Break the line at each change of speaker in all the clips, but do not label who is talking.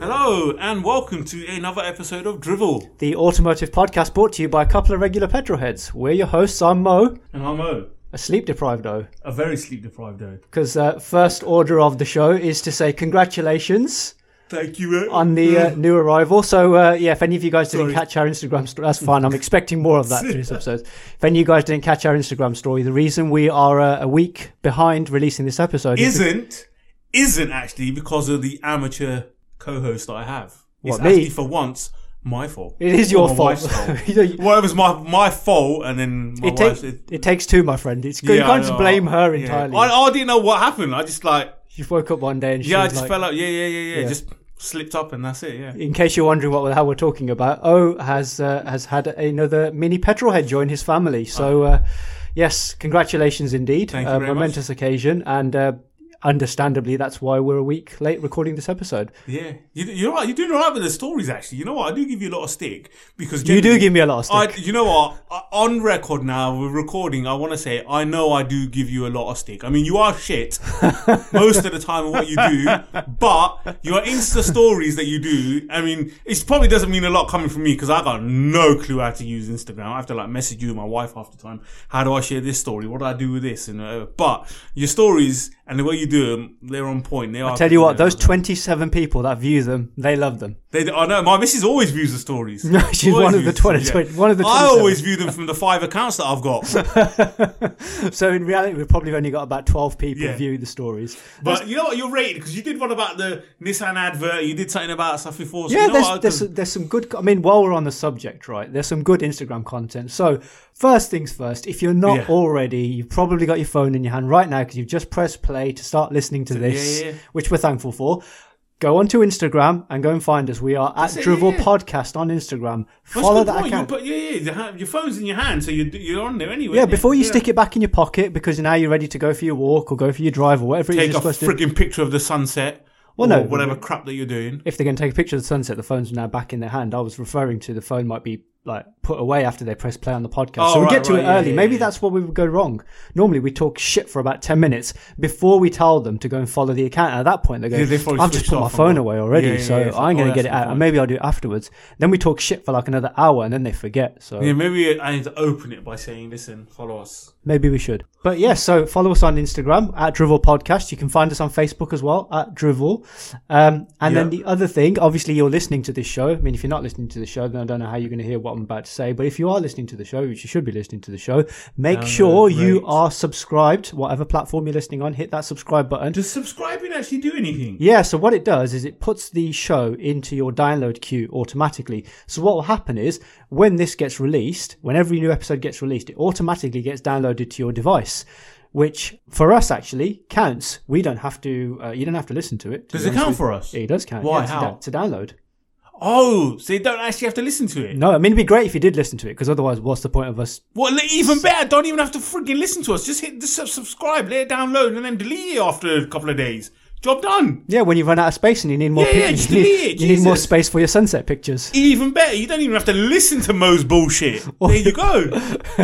Hello, and welcome to another episode of Drivel.
The automotive podcast brought to you by a couple of regular petrolheads. We're your hosts. I'm Mo,
And I'm O,
a sleep deprived O,
a very sleep deprived O.
because uh, first order of the show is to say congratulations
Thank you, O.
on the uh, new arrival. So uh, yeah, if any of you guys
Mm.
didn't
Sorry.
catch our Instagram story, that's fine. I'm expecting more of that through this episode. If any of you guys didn't catch our Instagram story, the reason we are uh, a week behind releasing this episode is
isn't, isn't actually because of the amateur co host that I have. It's
What, me?
actually for once my fault.
it is your
Or Oh, my
fault.
wife's fault.
You know, you-
Whatever's my, my fault, and then my
it,
wife's.
takes it takes two, my friend. It's you
Yeah, I
can't just
know.
blame her
Yeah.
entirely.
I, I didn't know what happened. I just like,
you woke up one day and she
yeah, I
was
just
like,
fell out. Yeah, yeah, yeah, yeah,
Yeah.
Just slipped up, and that's it, yeah.
in case you're wondering what how we're talking about, O has uh, has had another mini petrolhead join his family. So, uh, yes, congratulations indeed.
Ah. Thank you
a
very much.
momentous occasion, and uh, understandably, that's why we're a week late recording this episode.
Yeah. You, you're right. You're doing all right with the stories, actually. You know what? I do give you a lot of stick because
You do
generally-
give me a lot of stick.
I, you know what? I- On record now, we're recording. I want to say, I know I do give you a lot of stick. I mean, you are shit most of the time at what you do, but your Insta stories that you do, I mean, it probably doesn't mean a lot coming from me because I got no clue how to use Instagram. I have to like message you and my wife half the time. How do I share this story? What do I do with this? And uh, but your stories and the way you do them, they're on point. They are.
Tell you what,
they're-
those 27 people that view them, they love them.
they, I know my missus always views the stories.
No, she's
Always
one of the
views them,
20 one of the
I
27.
always view them from the five accounts that I've got.
So in reality, we've probably only got about 12 people
Yeah.
view the stories.
But you know what? You're rated because you did one about the Nissan advert. You did something about stuff before. So
Yeah,
you know what, I
there's,
could-
there's, there's some good. I mean, while we're on the subject, right? There's some good Instagram content. So, first things first, if you're not
Yeah.
already, you've probably got your phone in your hand right now because you've just pressed play to start listening to this,
yeah, yeah.
which we're thankful for. Go onto Instagram and go and find us. We are at
it, yeah,
Drivel
yeah.
Podcast on Instagram.
That's a
Follow
good
that
point. You
account.
put- yeah, yeah, your hand- your phone's in your hand, so you're, you're on there anyway.
yeah,
isn't it?
before you
Yeah.
stick it back in your pocket because now you're ready to go for your walk or go for your drive or whatever it is
take
you're
a
supposed to do.
freaking picture of the sunset. Well,
no,
or whatever crap that you're doing.
if they're going to take a picture of the sunset, the phone's now back in their hand. I was referring to the phone might be like put away after they press play on the podcast.
Oh,
so we
right,
get to
right,
it
yeah,
early.
yeah,
Maybe
yeah.
that's where we would go wrong. Normally we talk shit for about 10 minutes before we tell them to go and follow the account. And at that point, they go,
Yeah, they've probably
I've just
switched
put my
off and
phone
gone.
away already.
Yeah, yeah,
so
yeah, it's like, oh,
I'm going
that's
to get it
the
out.
point.
And maybe I'll do it afterwards. Then we talk shit for like another hour and then they forget. So
Yeah, maybe I need to open it by saying, "Listen, follow us."
Maybe we should. But yeah, so follow us on Instagram at Drivel Podcast. You can find us on Facebook as well at Drivel. Um, and then
Yeah.
the other thing, obviously, you're listening to this show. I mean, if you're not listening to the show, then I don't know how you're going to hear what I'm about to say. But if you are listening to the show, which you should be listening to the show, make
Download,
sure
rate.
you are subscribed, whatever platform you're listening on. Hit that subscribe button.
Does subscribing actually do anything?
Yeah, so what it does is it puts the show into your download queue automatically. So what will happen is when this gets released, when every new episode gets released, it automatically gets downloaded to your device, which for us actually counts. We don't have to. Uh, you don't have to listen to it. to
Does
be
it
honest
count
with-
for us?
It does count.
Why?
yeah, to
How?
da- to download.
Oh, so you don't actually have to listen to it.
No, I mean it'd be great if you did listen to it because otherwise, what's the point of us?
Well, li- even better, don't even have to freaking listen to us. Just hit the sub- subscribe, let it download, and then delete it after a couple of days. Job done.
Yeah, when you run out of space and you need more,
Yeah,
pic-
yeah, just
you, need,
delete it,
you need more
Jesus.
space for your sunset pictures.
Even better, you don't even have to listen to Mo's bullshit. There you go.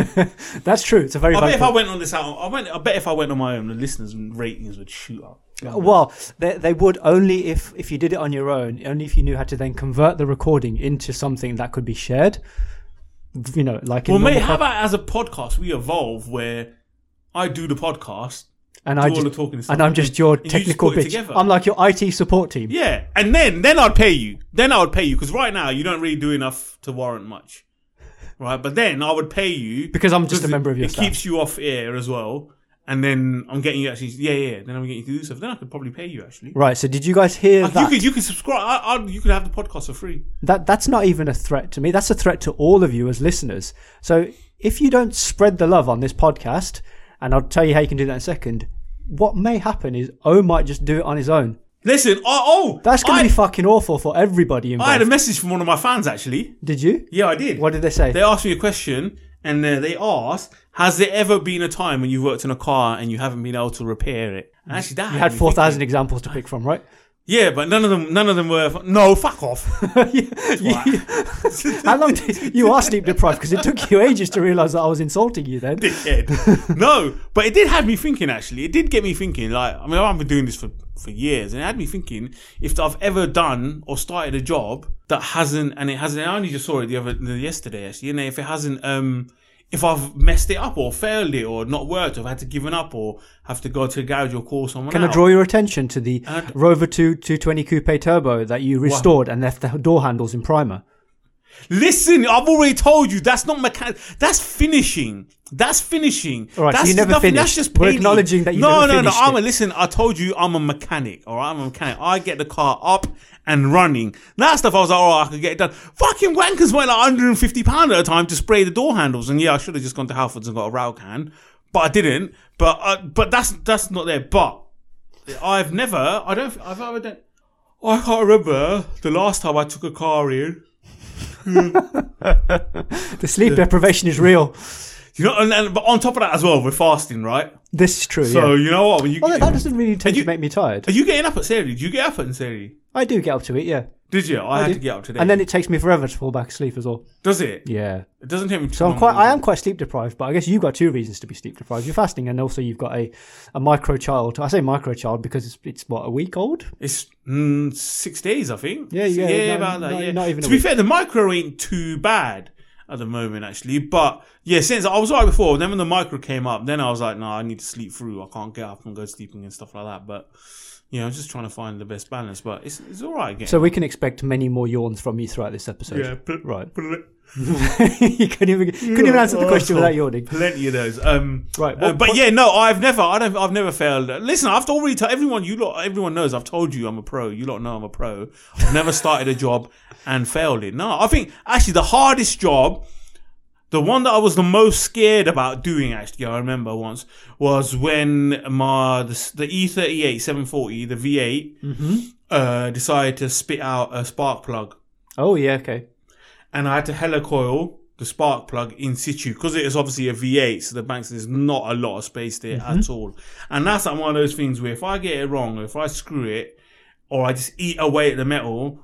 That's true. It's a very.
I bet
valid
if
point.
I went on this out, I went. I bet if I went on my own, the listeners and ratings would shoot up.
Well, they, they would only if if you did it on your own, only if you knew how to then convert the recording into something that could be shared. You know, like in
Well, mate,
normal
how
pod-
about as a podcast we evolve where I do the podcast,
and I
do all
just,
the talking and stuff.
and I'm just your
just
technical
put it
bitch.
together.
I'm like your IT support team.
yeah, and then then I'd pay you. Then I would pay you because right now you don't really do enough to warrant much, right? But then I would pay you
Because I'm just a
it-
member of your
It
staff.
keeps you off air as well, and then I'm getting you actually. Yeah, yeah. Then I'm getting you to do stuff. Then I could probably pay you actually.
Right. So did you guys hear
Like,
that?
you could you could subscribe. I, I, you could have the podcast for free.
that that's not even a threat to me. That's a threat to all of you as listeners. So if you don't spread the love on this podcast, and I'll tell you how you can do that in a second. What may happen is O might just do it on his own.
Listen, oh, oh
That's going
I-
to be fucking awful for everybody involved.
I had a message from one of my fans actually.
did you?
Yeah, I did.
What did they say?
They asked me a question, and uh, they asked, "Has there ever been a time when you've worked in a car and you haven't been able to repair it?" And actually, that
You had 4,000 examples to pick from, right?
Yeah, but none of them, none of them were. No, fuck off.
You- you- How long did you are sleep deprived? Because it took you ages to realise that I was insulting you. Then
dickhead. no, but it did have me thinking. Actually, it did get me thinking. Like, I mean, I've been doing this for for years, and it had me thinking if I've ever done or started a job that hasn't, and it hasn't. I only just saw it the other yesterday, actually. And if it hasn't, um, if I've messed it up or failed it or not worked, or I've had to given up or have to go to a garage or call someone.
Can I
out.
draw your attention to the Rover 2 220 Coupe Turbo that you restored and left the door handles in primer?
Listen, I've already told you that's not mechanic. That's finishing. That's finishing.
All right, so
that's
you never
nothing-
finished. We're
painting.
acknowledging that you
no,
never
no,
finished
no. I'm
it.
a listen. I told you I'm a mechanic. All right, I'm a mechanic. I get the car up and running. That stuff I was like, all right, I could get it done. Fucking wankers went like 150 pound at a time to spray the door handles, and yeah, I should have just gone to Halfords and got a rail can, but I didn't. But uh, but that's that's not there. But I've never. I don't. I've ever done. I can't remember the last time I took a car in.
The sleep deprivation is real.
You know, and, and but on top of that as well, we're fasting, right?
This is true.
So
yeah.
you know what? When you
Well, that- that doesn't really tend
you-
to make me tired.
are you getting up at Seri? Did you get up at Seri?
I do get up to it, yeah.
Did you? I, had
do.
to get up today.
And then it takes me forever to fall back asleep as well.
does it?
Yeah.
It doesn't take me.
So I'm quite, I am quite sleep deprived, but I guess you've got two reasons to be sleep deprived. You're fasting, and also you've got a, a micro child. I say micro child because it's, it's what a week old.
It's mm, six days, I think.
Yeah,
Six-
yeah,
yeah,
no,
about that.
not-
yeah.
not even a
to be
week.
fair, the micro ain't too bad at the moment, actually. But yeah, since I was alright before, then when the micro came up, then I was like, no, I need to sleep through. I can't get up and go sleeping and stuff like that. But you know, I'm just trying to find the best balance. But it's it's all right again.
So we can expect many more yawns from you throughout this episode.
yeah, but-
Right.
but-
you couldn't even, couldn't even answer the question
Asshole.
without yawning.
Plenty of those. Um,
Right,
uh,
what-
but
what-
yeah, no, I've never, I don't, I've never failed. Listen, I've already told everyone. You lot, everyone knows. I've told you I'm a pro. You lot know I'm a pro. I've never started a job and failed it. No, I think actually the hardest job, the one that I was the most scared about doing. Actually, I remember once was when my the, the E E38 740, the V8,
Mm-hmm.
uh, decided to spit out a spark plug
Oh, yeah, okay.
and I had to helicoil the spark plug in situ because it is obviously a V8, so the banks there's not a lot of space there at all. And that's like one of those things where if I get it wrong, or if I screw it, or I just eat away at the metal,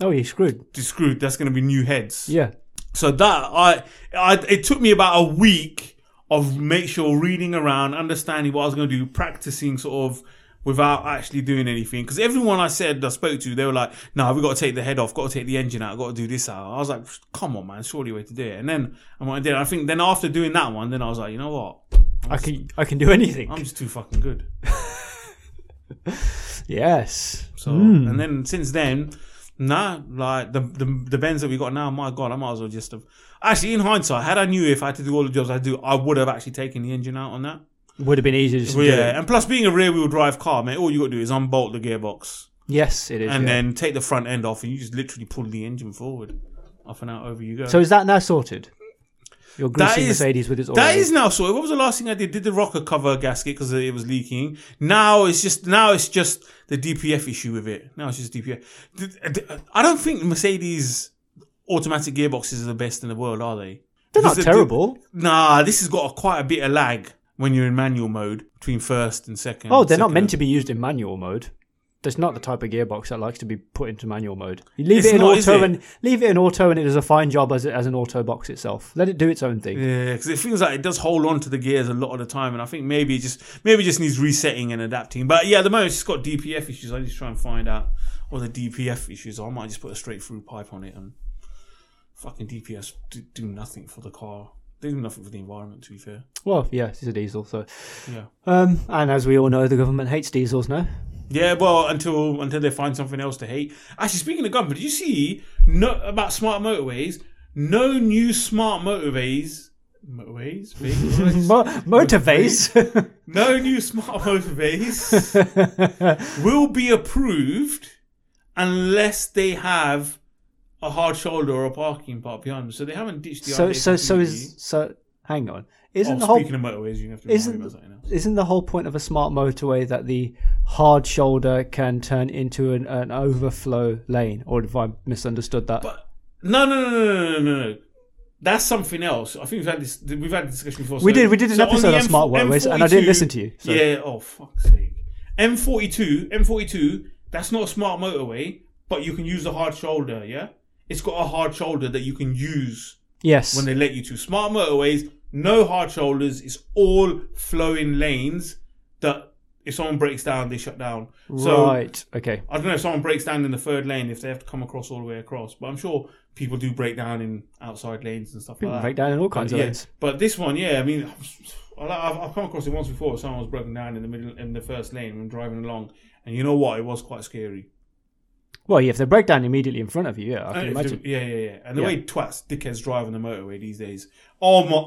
Oh, you screwed.
just screwed. That's going to be new heads.
Yeah.
So that I, I, it took me about a week of make sure reading around, understanding what I was going to do, practicing sort of without actually doing anything. Because everyone I said I spoke to, they were like, "No, we got to take the head off, got to take the engine out, got to do this out." I was like, "Come on, man, surely a way to do it." And then I went and did. it. I think then after doing that one, then I was like, "You know what?
I can I can do anything.
I'm just too fucking good."
yes.
So
Hmm.
and then since then, nah, like the, the the bends that we got now, my god, I might as well just have. Actually, in hindsight, had I knew if I had to do all the jobs I do, I would have actually taken the engine out on that.
Would have been easier just to
Well,
do
yeah,
it.
and plus being a rear wheel drive car, mate, all you got to do is unbolt the gearbox
Yes, it is.
and
yeah.
then take the front end off, and you just literally pull the engine forward. Off and out, over you go.
so is that now sorted? Your
That
greasy
is-
Mercedes with its oil.
That is now so. What was the last thing I did? Did the rocker cover gasket because it was leaking? Now it's just now it's just the DPF issue with it. Now it's just DPF. Did- did- I don't think Mercedes automatic gearboxes are the best in the world, are they?
They're
Because
not terrible.
Nah, this has got a, quite a bit of lag when you're in manual mode between first and second.
oh, they're not
second
meant
and-
to be used in manual mode. That's not the type of gearbox that likes to be put into manual mode. You leave
It's
it in
not, is
auto
it?
and leave it in auto, and it does a fine job as as an auto box itself. Let it do its own thing.
Yeah, because it feels like it does hold on to the gears a lot of the time, and I think maybe it just maybe it just needs resetting and adapting. But yeah, at the moment it's just got DPF issues. I need to try and find out what the DPF issues. are. I might just put a straight through pipe on it and fucking DPFs do, do nothing for the car. They do nothing for the environment. To be fair,
Well, yeah, it's a diesel. So,
yeah,
um, and as we all know, the government hates diesels now.
yeah. Well, until until they find something else to hate. Actually, speaking of government, did you see no about smart motorways? No new smart motorways. Motorways. Vehicles?
Mo- motivates.
No new smart motorways will be approved unless they have a hard shoulder or a parking part behind them. So they haven't ditched the
so
idea.
so so is
completely.
so hang on isn't
Oh,
the whole
speaking of motorways, you have to
isn't-
remind me about something else.
isn't the whole point of a smart motorway that the hard shoulder can turn into an, an overflow lane or have i misunderstood that
But no, no, no, no, no, no, no. That's something else. I think we've had this. We've had this discussion before.
we
So-
did we did an
so
episode
the M-
on smart motorways and i didn't
M42
listen to you so.
Yeah. Oh fuck's sake. M42. M42. That's not a smart motorway, but you can use the hard shoulder. Yeah, it's got a hard shoulder that you can use
Yes.
when they let you to. Smart motorways, no hard shoulders, it's all flowing lanes that if someone breaks down, they shut down. So
right. Okay.
I don't know if someone breaks down in the third lane if they have to come across all the way across, but I'm sure people do break down in outside lanes and stuff like that.
Break down in all kinds of
yeah,
lanes.
Uh, But this one, yeah, I mean, I- I've, I've come across it once before. Someone was broken down in the middle in the first lane when driving along, and you know what? It was quite scary.
Well, yeah, if they break down immediately in front of you, yeah, I can
And Uh, if
imagine.
the- yeah, yeah, yeah. And the
Yeah.
way twats, dickheads drive on the motorway these days. Oh my.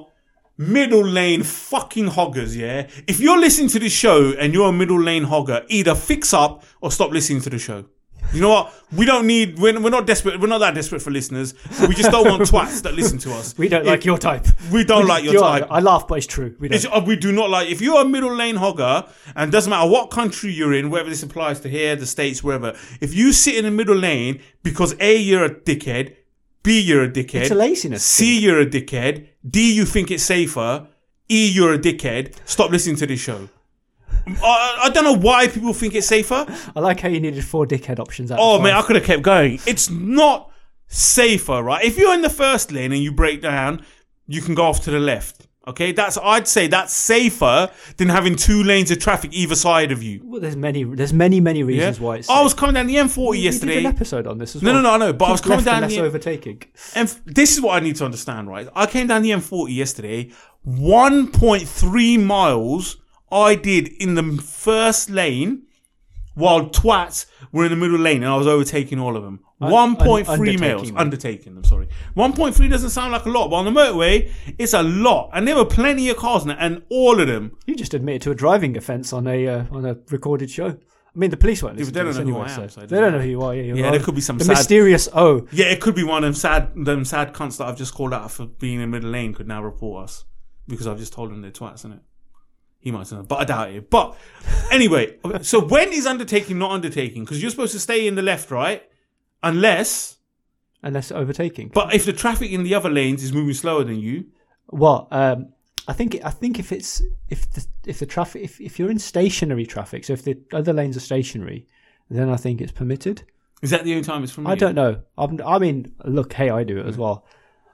Middle lane fucking hoggers, yeah? If you're listening to this show and you're a middle lane hogger, either fix up or stop listening to the show. You know what? We don't need, we're, we're not desperate, we're not that desperate for listeners. We just don't want twats that listen to us.
We don't like your type.
We don't like your
You're-
type.
I laugh, but it's true. We don't.
It's- uh, we do not like. If you're a middle lane hogger, and doesn't matter what country you're in, whether this applies to here, the states, wherever. If you sit in the middle lane because a you're a dickhead, b you're a dickhead,
It's a laziness
c you're a dickhead, d you think it's safer, e you're a dickhead. Stop listening to this show. I, I don't know why people think it's safer.
I like how you needed four dickhead options. Out
Oh
of
man, I
five.
could have kept going. It's not safer, right? If you're in the first lane and you break down, you can go off to the left. Okay, that's I'd say that's safer than having two lanes of traffic either side of you.
Well, there's many. There's many, many
Yeah?
reasons why it's.
I was coming down the M40
You did an
yesterday.
episode on this as
No,
well.
no, no, I know, but I was coming
Left and
down
less
the
overtaking.
And f- this is what I need to understand, right? I came down the M40 yesterday, 1.3 miles I did in the first lane while twats were in the middle lane and I was overtaking all of them. 1.3
undertaking
miles.
them.
Undertaking them, sorry. 1.3 doesn't sound like a lot, but on the motorway, it's a lot. And there were plenty of cars in it, and all of them.
You just admitted to a driving offence on a uh, on a recorded show. I mean, the police won't listen
they
to
don't
us
know who
anyway,
I am,
so
so it
they don't
doesn't
know who you are. Yeah, you're
Yeah, there
right.
could be some
the
sad-
mysterious O.
Yeah, it could be one of them sad, them sad cunts that I've just called out for being in the middle lane could now report us because I've just told them they're twats, innit? He might know, but I doubt it. But anyway, so when is undertaking not undertaking? Because you're supposed to stay in the left, right? Unless,
Unless overtaking.
but if the traffic in the other lanes is moving slower than you,
Well, um, I think I think if it's if the if the traffic if, if you're in stationary traffic, so if the other lanes are stationary, then I think it's permitted.
is that the only time it's from?
I don't know. I'm, I mean, look, hey, I do it as well.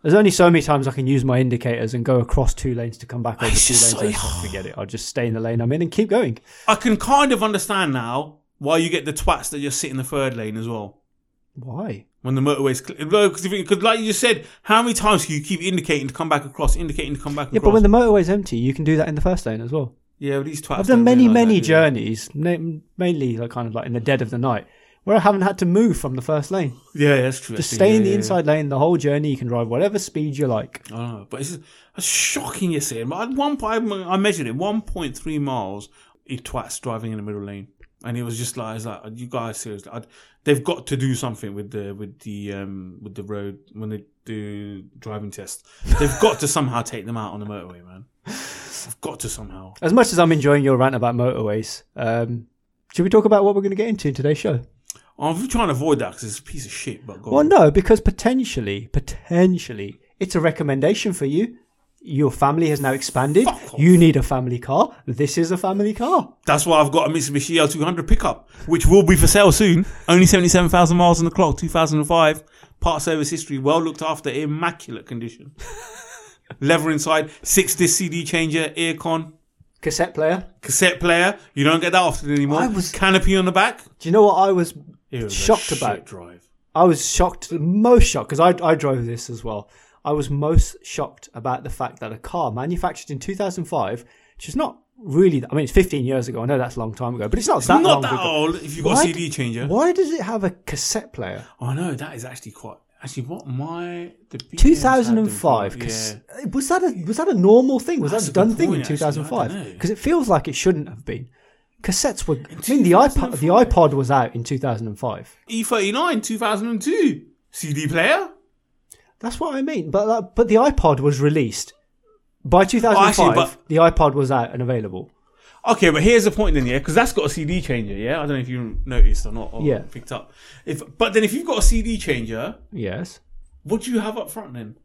There's only so many times I can use my indicators and go across two lanes to come back over two
It's just
lanes. I just forget it. I'll just stay in the lane I'm in and keep going.
I can kind of understand now why you get the twats that just sit in the third lane as well.
Why?
When the motorway's because because like you just said, how many times can you keep indicating to come back across, indicating to come back across?
Yeah, but when the motorway's empty, you can do that in the first lane as well.
Yeah, but these twats.
I've done
don't
many,
realise that,
many
do they?
journeys, na- mainly like kind of like in the dead of the night, where I haven't had to move from the first lane.
Yeah, that's true.
Just
actually.
stay
Yeah,
in the
yeah,
inside lane the whole journey. You can drive whatever speed you like.
Yeah. I don't know, but it's, just- it's shocking you're saying. But at one point, I measured it 1.3 miles. He twats driving in the middle lane, and it was just like, it's like you guys seriously, i they've got to do something with the with the um with the road when they do driving tests. They've got to somehow take them out on the motorway, man. I've got to somehow.
As much as I'm enjoying your rant about motorways, um, should we talk about what we're going to get into in today's show?
I'm trying to avoid that because it's a piece of shit. But go
Well,
on.
no, because potentially, potentially, it's a recommendation for you. Your family has now expanded.
Fuck off.
You need a family car. This is a family car.
That's why I've got a Mitsubishi E L200 pickup, which will be for sale soon. Only 77,000 miles on the clock, 2005. Part service history, well looked after, immaculate condition. Leather inside, six disc CD changer, aircon,
Cassette player.
cassette player. You don't get that often anymore.
I was-
Canopy on the back.
Do you know what I was
It was a
shocked
shit
about?
drive.
I was shocked, most shocked, because I, I drove this as well. I was most shocked about the fact that a car manufactured in 2005, which is not really, that- I mean, it's 15 years ago. I know that's a long time ago, but it's not that
Not
long
that
ago.
old if you've got a
Why
CD changer.
Why does it have a cassette player?
Oh no, that is actually quite. Actually, what my. the BMS had them for-
2005.
Yeah.
cas- Was that a was that a normal thing? Was
That's
that
a
a done
good
thing
point,
in
actually. I don't
2005?
know.
Because it feels like it shouldn't have been. Cassettes were. I mean, the iPod the iPod was out in 2005.
E E39 2002. CD player.
That's what I mean. But that, but the iPod was released by 2005.
Oh, actually, but-
the iPod was out and available.
Okay, but here's the point then, yeah, because that's got a CD changer, yeah. I don't know if you noticed or not, or
Yeah.
picked up. If but then if you've got a CD changer,
Yes.
what do you have up front then?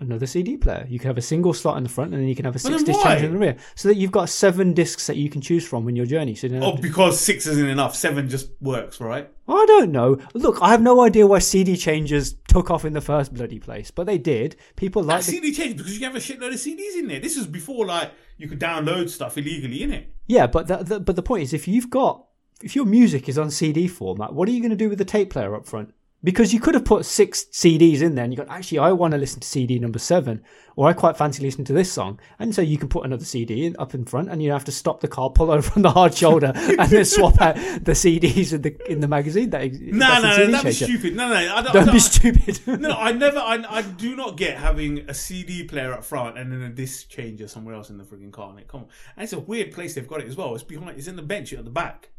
another CD player. You can have a single slot in the front, and then you can have a
But then
six disc
why?
charger in the rear, so that you've got seven discs that you can choose from in your journey. So you don't have
Oh, because six isn't enough. Seven just works, right?
I don't know. Look, I have no idea why CD changers took off in the first bloody place, but they did. People like the,
CD changed because you can have a shitload of CDs in there. This is before like you could download stuff illegally, innit?
yeah, but the, the, but the point is, if you've got if your music is on CD format, what are you going to do with the tape player up front? Because you could have put six CDs in there, and you got actually I want to listen to CD number seven, or I quite fancy listening to this song, and so you can put another CD in, up in front, and you have to stop the car, pull over on the hard shoulder, and then swap out the CDs in the in the magazine. That ex-
No,
that's
no,
in CD
no, that'd be
changer.
stupid. No, no, I don't. I
Don't be
don't-
stupid.
no, I never. I, I do not get having a CD player up front and then a disc changer somewhere else in the frigging car. innit? Come on, and it's a weird place they've got it as well. It's behind. It's in the bench at the back.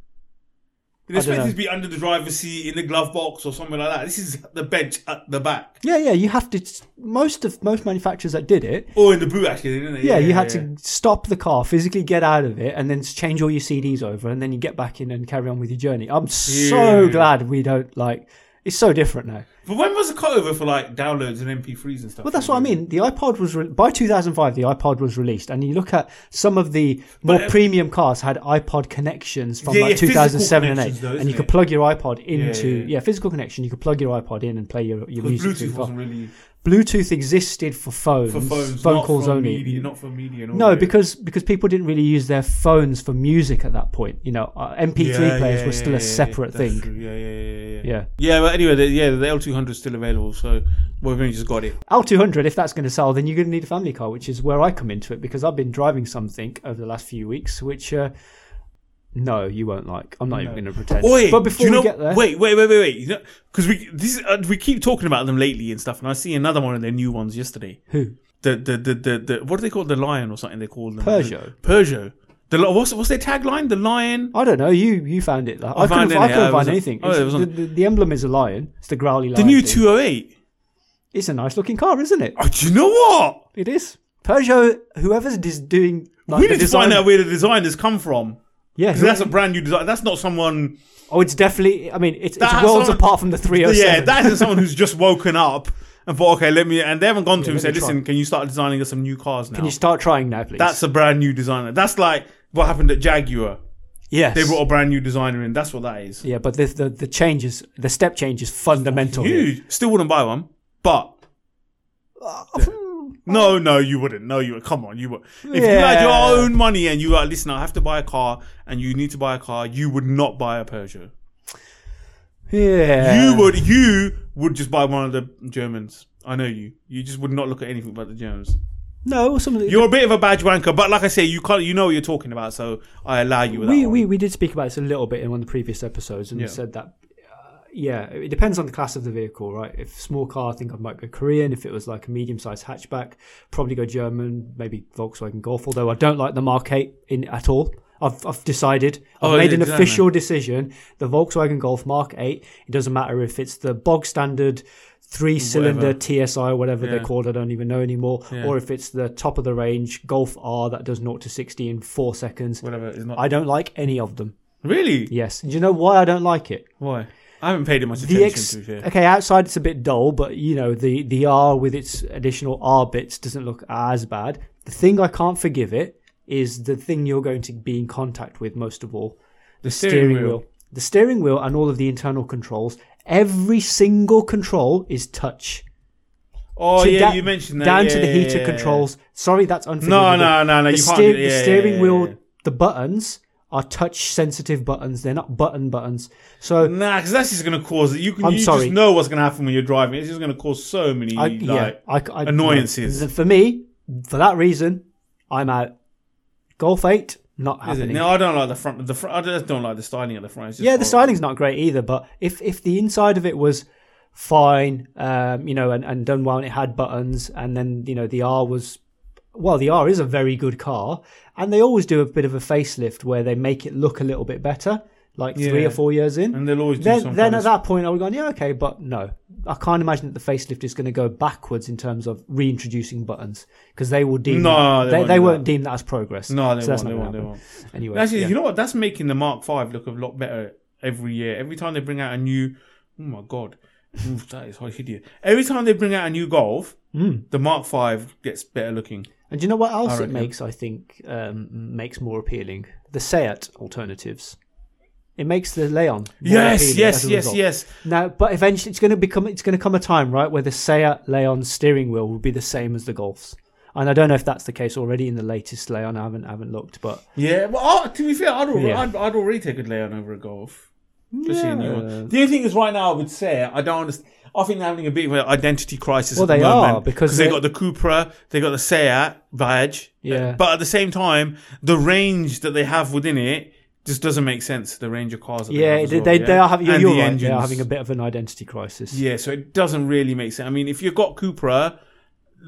They're
don't know.
supposed to be under the driver's seat in the glove box or something like that. This is the bench at the back
Yeah, yeah, you have to. Most of most manufacturers that did it,
or in the boot actually. Didn't they?
yeah, you had
yeah.
to stop the car, physically get out of it, and then change all your CDs over, and then you get back in and carry on with your journey. I'm so
Yeah.
glad we don't like. It's so different now.
But when was the cut over for like downloads and MP3s and stuff?
Well, that's what I mean. The iPod was re- by 2005. The iPod was released, and you look at some of the more
uh,
premium cars had iPod connections from
Yeah, yeah,
like
physical
2007 and 8,
connections though,
and
isn't
you could
it?
plug your iPod into
yeah,
yeah,
yeah.
physical connection. You could plug your iPod in and play your, your music. through
Bluetooth
the car.
wasn't really
Bluetooth existed for phones,
for phones,
phone
not
calls
for
only.
media, not for media. And
No,
audio.
because because people didn't really use their phones for music at that point. You know, uh, MP3
Yeah,
players
yeah,
were still
yeah,
a
yeah,
separate
that's
thing.
true. Yeah, yeah, yeah, yeah, yeah.
Yeah,
Yeah, but anyway, the, yeah, the L200 is still available, so we've only just got it.
L two hundred. If that's going to sell, then you're going to need a family car, which is where I come into it because I've been driving something over the last few weeks, which uh, no, you won't like. I'm not even going to pretend.
Oi,
but
do
before
you know,
we get there,
wait, wait, wait, wait, wait, you know, because we this uh, we keep talking about them lately and stuff, and I see another one of their new ones yesterday.
who?
The the the the, the what do they call the lion or something? They call them
Peugeot.
Peugeot. The li- what's what's their tagline? The lion.
I don't know. You you found it. Like, I,
found
couldn't,
it,
I
yeah,
couldn't
it was
find
on-
anything.
oh, it
It's-
was on-
the, the, the emblem is a lion. It's the growly lion.
The new
thing.
208.
It's a nice looking car, isn't it?
Oh, do you know what?
It is. Peugeot. Whoever's dis- doing like,
we
the
need to find
design-
out where the design has come from.
Yeah,
'Cause that's a brand new design. That's not someone.
Oh, it's definitely. I mean, it's, it's
That's
worlds
on-
apart from the
Yeah,
307.
that isn't someone who's just woken up and thought, okay, let me. And they haven't gone to him and said,
let me try.
listen, can you start designing us some new cars now?
Can you start trying now, please?
That's a brand new designer. That's like what happened at Jaguar.
yes.
They brought a brand new designer in. That's what that is.
yeah, but the, the the change is the step change is fundamental. here.
Huge. Still wouldn't buy one, but.
Uh,
No, no, you wouldn't. No, you would. Come on, you would. If you had your
Yeah.
own money and you were like, listen, I have to buy a car and you need to buy a car, you would not buy a Peugeot.
Yeah.
you would, you would just buy one of the Germans. I know you. You just would not look at anything but the Germans.
No, some of the,
You're a bit of a badge wanker, but like I say, you can't. You know what you're talking about, so I allow you. With that
we,
one.
we we did speak about this a little bit in one of the previous episodes, and
Yeah.
said that. uh, Yeah, it depends on the class of the vehicle, right? If small car, I think I might go Korean. If it was like a medium-sized hatchback, probably go German, maybe Volkswagen Golf. Although I don't like the Mark 8 in at all. I've, I've decided. I've
Oh,
made an
exactly.
official decision. The Volkswagen Golf Mark 8. It doesn't matter if it's the bog standard three-cylinder TSI, whatever they're
Yeah.
called. I don't even know anymore. Or if it's the top of the range Golf R that does 0 to 60 in four seconds.
whatever. It's not
I don't like any of them.
really.
Yes. And do you know why I don't like it?
Why? I haven't paid it much attention
The ex-
to be fair.
okay, outside it's a bit dull, but you know the the R with its additional R bits doesn't look as bad. The thing I can't forgive it is the thing you're going to be in contact with most of all:
The
the steering wheel, and all of the internal controls. Every single control is touch.
Oh
So
yeah,
da-
you mentioned that.
down to
Yeah,
the
yeah,
heater
yeah,
controls. Sorry, that's
yeah.
unforgivable.
No, no, no, no.
the,
You can't.
steer-
do- yeah,
the steering
yeah, yeah,
wheel,
yeah.
the buttons are touch sensitive buttons. They're not button buttons. So
Nah, because that's just gonna cause. You can.
I'm
you
sorry.
just know what's gonna happen when you're driving. It's just gonna cause so many
I,
like
yeah, I, I,
annoyances.
no. For me, for that reason, I'm out. Golf eight, not
Is it?
happening.
No, I don't like the front. The front. I just don't like the styling at the front. It's just
yeah, the
horrible.
styling's not great either. But if if the inside of it was fine, um, you know, and, and done well, and it had buttons, and then you know the R was. Well, the R is a very good car, and they always do a bit of a facelift where they make it look a little bit better, like three
Yeah.
or four years in.
And they'll always do
then,
some
then
kind
at
of-
that point, I would have gone, yeah, okay, but no. I can't imagine that the facelift is going to go backwards in terms of reintroducing buttons because they will deem
No, they
that, they,
won't
they
do
won't
that.
deem that as progress.
No, they won't.
So that's
They
not
won't. They
gonna happen.
won't.
Anyway,
Actually,
yeah.
you know what? That's making the Mark Five look a lot better every year. Every time they bring out a new, oh my god, Oof, that is hideous. Every time they bring out a new Golf,
Hmm.
The Mark Five gets better looking.
And do you know what else it
reckon.
makes? I think um, makes more appealing the Seat alternatives. It makes the Leon. more
Yes,
appealing
yes,
as a
yes,
result.
yes.
Now, but eventually, it's going to become. It's going to come a time, right, where the Seat Leon steering wheel will be the same as the Golf's. And I don't know if that's the case already in the latest Leon. I haven't I haven't looked, but
Yeah, but oh, to be fair, I'd, al-
Yeah.
I'd, I'd already take a Leon over a golf. Especially a new
Yeah.
one. The only thing is, right now, I would say I don't understand. I think they're having a bit of an identity crisis.
Well,
at the
they
moment,
are, because
they
they-
got the Cupra, they got the Seat badge.
Yeah.
but at the same time, the range that they have within it just doesn't make sense. The range of cars. That
yeah,
they, have as
they,
well,
they,
yeah?
they are having. You're,
And
you're
the
right. They are
engines.
having a bit of an identity crisis.
Yeah, so it doesn't really make sense. I mean, if you've got Cupra,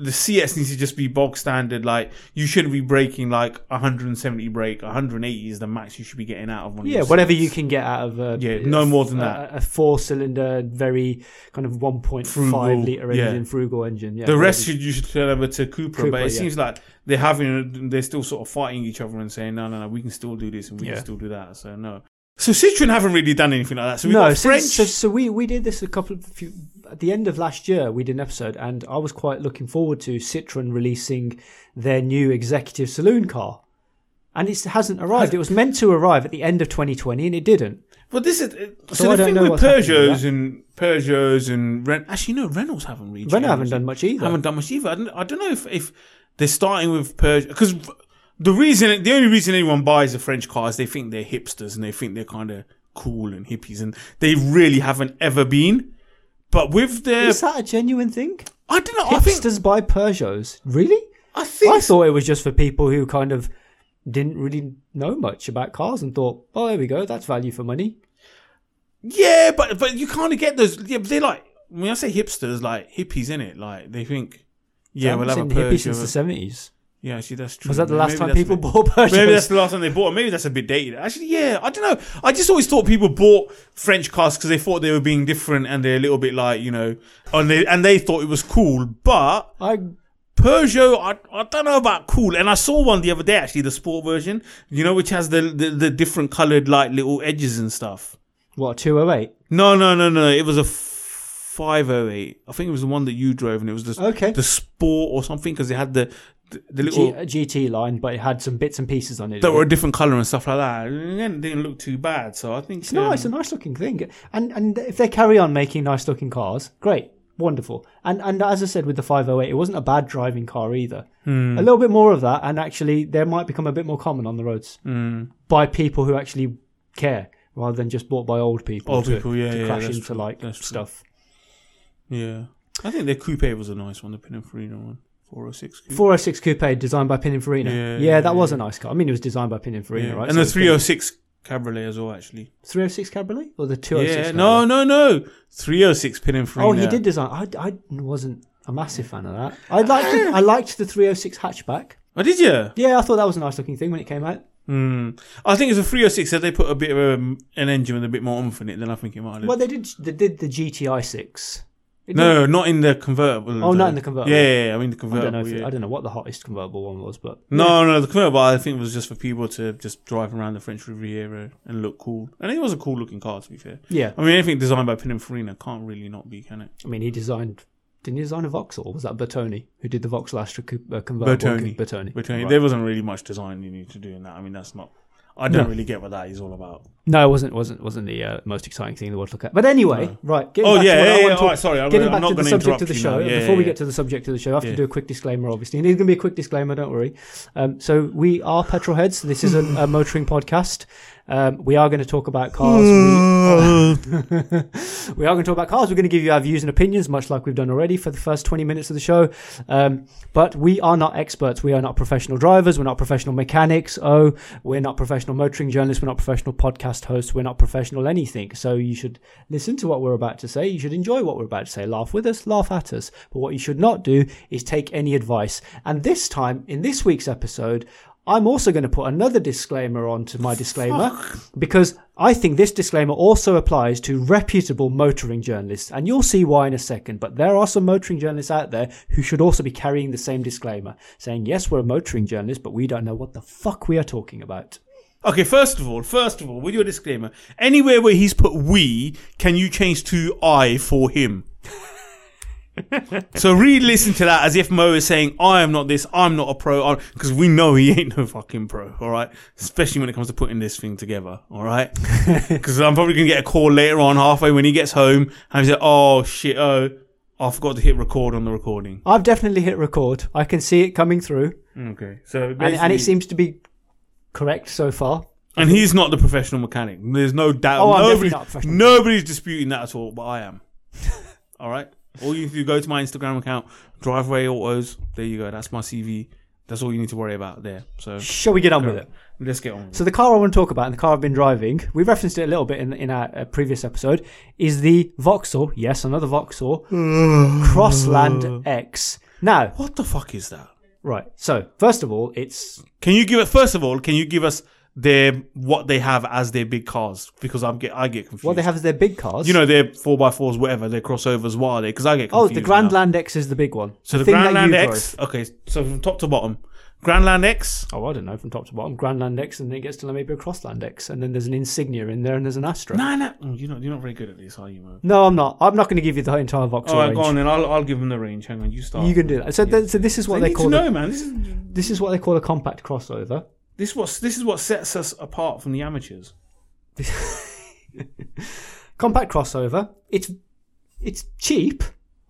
the CS needs to just be bog standard. Like, you shouldn't be braking like 170 brake. 180 is the max you should be getting out of one. of
Yeah,
your
whatever
Seats.
you can get out of a
Yeah, no more than
a-
that.
A, four-cylinder, very kind of one point five
Frugal,
liter
yeah.
engine, frugal engine. Yeah,
The rest
whatever.
should you should turn over to Cupra, but
Cupra,
it
yeah.
seems like they're having they're still sort of fighting each other and saying no, no, no, we can still do this and we
Yeah.
can still do that. So no. So Citroen haven't really done anything like that. So we've
no,
got
so,
French.
so so we we did this a couple of few, at the end of last year. We did an episode, and I was quite looking forward to Citroen releasing their new executive saloon car, and it hasn't arrived. It was meant to arrive at the end of 2020, and it didn't.
But this is so,
I
the
don't
thing
know
with
what's happening with
Peugeots and Peugeots and Ren- actually no Renaults haven't reached.
Renault
yet,
haven't
has it?
done much either.
haven't done much either. I don't, I don't know if, if they're starting with Peugeot because the reason the only reason anyone buys a French car is they think they're hipsters and they think they're kind of cool and hippies and they really haven't ever been. But with their,
Is that a genuine thing?
I don't know. I think
Hipsters buy Peugeots, really?
I think
I thought it was just for people who kind of didn't really know much about cars and thought, oh, there we go, that's value for money.
yeah, but but you kind of get those. Yeah, but they're like when I say hipsters, like hippies in it. Like they think. Yeah,
I
we'll have a
haven't seen hippie
Peugeot.
since the seventies.
yeah, actually, that's true.
Was that the last
Maybe
time
that's
people
it.
bought Peugeots?
Maybe that's the last time they bought. it. Maybe that's a bit dated. Actually, yeah, I don't know. I just always thought people bought French cars because they thought they were being different and they're a little bit like you know, and they and they thought it was cool. But
I
Peugeot, I, I don't know about cool. And I saw one the other day actually, the sport version, you know, which has the the, the different coloured like little edges and stuff.
what two oh eight.
No, no, no, no. It was a. 508. I think it was the one that you drove, and it was the
Okay.
the sport or something because it had the the, the
G-
little
a GT line, but it had some bits and pieces on it.
that were a different color and stuff like that. And it didn't look too bad, so I think
It's no, it's a nice looking thing, and and if they carry on making nice looking cars, great, wonderful. And and as I said with the 508, it wasn't a bad driving car either.
Hmm.
A little bit more of that, and actually, they might become a bit more common on the roads
Hmm.
by people who actually care, rather than just bought by old people.
Old
to,
people, yeah,
to
yeah,
crash
that's
into
true,
like
that's true.
stuff.
yeah. I think the coupe was a nice one, the Pininfarina one, four oh six.
406 coupe designed by Pininfarina.
Yeah,
Yeah,
yeah,
that was a nice car. I mean, it was designed by Pininfarina, right?
and
So
the
it's been-
three oh six Cabriolet as well, actually.
306 Cabriolet or the 206.
Yeah,
Cabriolet?
no, no, no, three oh six Pininfarina.
Oh, he did design. I, I wasn't a massive fan of that. I liked the, I liked the 306 hatchback.
Oh, did you?
Yeah, I thought that was a nice looking thing when it came out.
Mm. I think it's a three oh six that they put a bit of um, an engine with a bit more oomph in it. Then I think it might. have
Well, they did they did the GTI six. It did-
No, not in the convertible.
Oh, not in
though.
the convertible.
Yeah, yeah, yeah, I mean the
I
convertible.
don't know. If,
yeah.
I don't know what the hottest convertible one was, but
No, no, the convertible I think was just for people to just drive around the French Riviera and look cool. And it was a cool looking car, to be fair.
yeah.
I mean, anything designed by Pininfarina can't really not be, can it?
I mean, he designed. Didn't he design a Vauxhall? Was that Bertoni who did the Vauxhall Astra co- uh, convertible?
Bertoni.
Bertoni.
But I mean,
Right.
there wasn't really much design you need to do in that. I mean, that's not. I don't
No.
really get what that is all about.
No, it wasn't. wasn't wasn't the uh, most exciting thing in the world to look at. But anyway, right. Getting
Oh
back to
yeah,
what I
yeah,
wanted
yeah,
to-
all right, sorry, I'm,
Getting
I'm
back
not
to the
going
subject
interrupt
of the
you
show,
now. Yeah,
before we
yeah,
get to the subject of the show, I have
Yeah.
to do a quick disclaimer, obviously. And it's going to be a quick disclaimer, don't worry. Um, so, we are petrol heads. This is a, a motoring podcast. Um, we are going to talk about cars.
oh,
we, we are going to talk about cars. We're going to give you our views and opinions, much like we've done already for the first 20 minutes of the show. Um, but we are not experts. We are not professional drivers. We're not professional mechanics. Oh, we're not professional motoring journalists. We're not professional podcast hosts. We're not professional anything. So you should listen to what we're about to say. You should enjoy what we're about to say. Laugh with us, laugh at us. But what you should not do is take any advice. And this time, in this week's episode, I'm also going to put another disclaimer onto my disclaimer because I think this disclaimer also applies to reputable motoring journalists, and you'll see why in a second. But there are some motoring journalists out there who should also be carrying the same disclaimer, saying, Yes, we're a motoring journalist, but we don't know what the fuck we are talking about.
Okay, first of all, first of all, with your disclaimer, anywhere where he's put "we," can you change to "I" for him? So re-listen to that as if Mo is saying, "I am not this. I'm not a pro," because we know he ain't no fucking pro. All right, especially when it comes to putting this thing together. All right, because I'm probably gonna get a call later on, halfway when he gets home, and he's like, "Oh shit, oh, I forgot to hit record on the recording."
I've definitely hit record. I can see it coming through,
Okay, so
and,
basically,
and it seems to be correct so far.
and he's not the professional mechanic. There's no doubt.
Oh, I'm definitely
Nobody-
not a professional.
nobody's disputing that at all, but I am. all right. All you need to do, go to my Instagram account, Driveway Autos. There you go. That's my CV. That's all you need to worry about there. So
Shall we get on with it?
let's get on. with
So the car I want to talk about, and the car I've been driving, we referenced it a little bit in, in our uh, previous episode, is the Vauxhall. Yes, another Vauxhall Crossland X. Now,
it. What the fuck is that?
right. So first of all, it's
Can you give it? First of all, can you give us their what they have as their big cars? Because I'm get I get confused.
what they have is their big cars.
you know, their four x fours, whatever their crossovers. What are they? Because I get
oh,
confused.
the Grand
now.
Land X is the big one.
So the
thing that
Grand Land
you
X. Okay, so from top to bottom, Grand Land X.
drove. Oh, I don't know, from top to bottom, Grand Land X, and then it gets to maybe a Crossland X, and then there's an Insignia in there, and there's an Astra.
No, no, oh, you're not. You're not very good at this, are you, Mo?
No, I'm not. I'm not going to give you the entire Vauxhall
All right,
range.
go on, and I'll I'll give them the range. Hang on, you start.
You can do that. So, th- so this is what
I
they,
need
call
to
the-
know, man. This is
this is what they call a compact crossover.
this what this is what sets us apart from the amateurs.
compact crossover. It's it's cheap.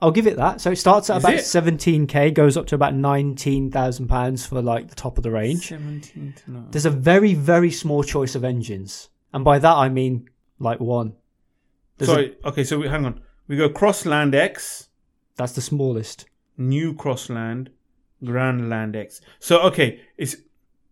I'll give it that. So it starts at
Is
about
it?
17k, goes up to about 19,000 pounds for like the top of the range.
Seventeen to nine.
There's a very very small choice of engines, and by that I mean like one. There's a-
Sorry. okay, so we, hang on. We go Crossland X,
that's the smallest.
New Crossland, Grand Land X. So okay, it's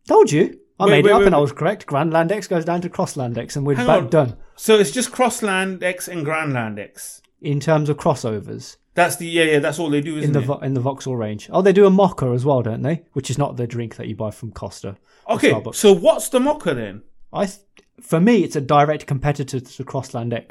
Told you. I
Wait,
made
wait,
it up
wait,
and I
wait.
was correct. Grand Land X goes down to Cross Land X, and we're
Hang
about
on.
done
so it's just Crossland X and Grand Land X.
in terms of crossovers
That's the yeah yeah. That's all they do, isn't
in the
it?
Vo- in the Vauxhall range. Oh, they do a mocha as well, don't they? Which is not the drink that you buy from Costa. or
okay,
Starbucks.
so what's the mocker then?
I, th- for me, it's a direct competitor to Crossland X.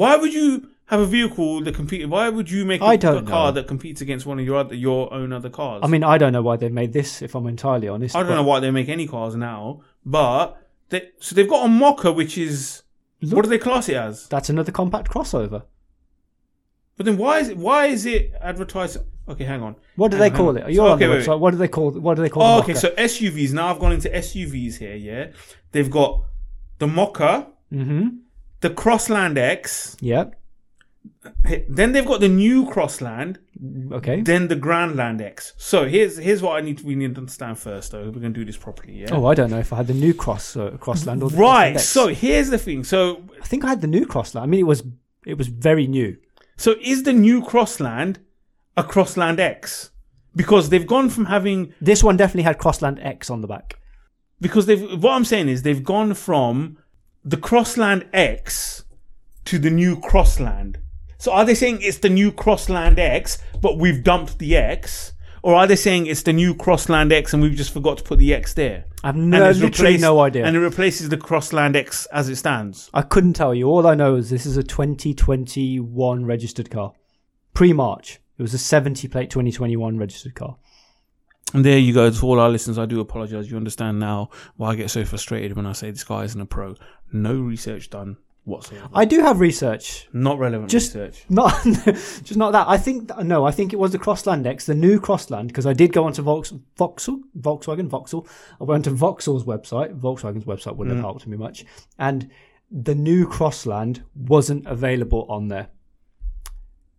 Why would you have a vehicle that compete? Why would you make a,
I don't
a car
know.
that competes against one of your other, your own other cars?
I mean, I don't know why they made this. If I'm entirely honest,
I don't know why they make any cars now, but they, so they've got a mocker which is what do they class it as?
That's another compact crossover.
But then why is it why is it advertised? Okay, hang on.
What do
Hang
they
on, hang
call
on.
it? You're on
Okay,
the
wait,
website. What do they call? What do they call?
Oh,
the
okay,
mocker?
so SUVs. Now I've gone into SUVs here. Yeah, they've got the mocker,
Mhm.
the Crossland X.
Yeah.
Then they've got the new Crossland.
Okay.
Then the Grandland X. So here's here's what I need. we need to understand first, though. We're gonna do this properly. Yeah.
oh, I don't know if I had the new cross uh, Crossland or the Crossland
right.
X.
So here's the thing. So
I think I had the new Crossland. I mean, it was it was very new.
So is the new Crossland a Crossland X? Because they've gone from having
This one definitely had Crossland X on the back.
because they've what I'm saying is they've gone from the Crossland X to the new Crossland. So are they saying it's the new Crossland X, but we've dumped the X? Or are they saying it's the new Crossland X and we've just forgot to put the X there?
I've
And
no,
it's
literally
replaced-
no idea.
And it replaces the Crossland X as it stands.
I couldn't tell you. All I know is this is a 2021 registered car, pre-March. It was a 70 plate 2021 registered car.
And there you go. To all our listeners, I do apologize. You understand now why I get so frustrated when I say this guy isn't a pro. No research done whatsoever.
I do have research.
Not relevant
Just-
research.
Not just not that. I think no. I think it was the Crossland X, the new Crossland, because I did go onto Volks, Vauxhall, Volkswagen, Vauxhall. I went onto Vauxhall's website. Volkswagen's website wouldn't have
Mm.
helped me much. And the new Crossland wasn't available on there,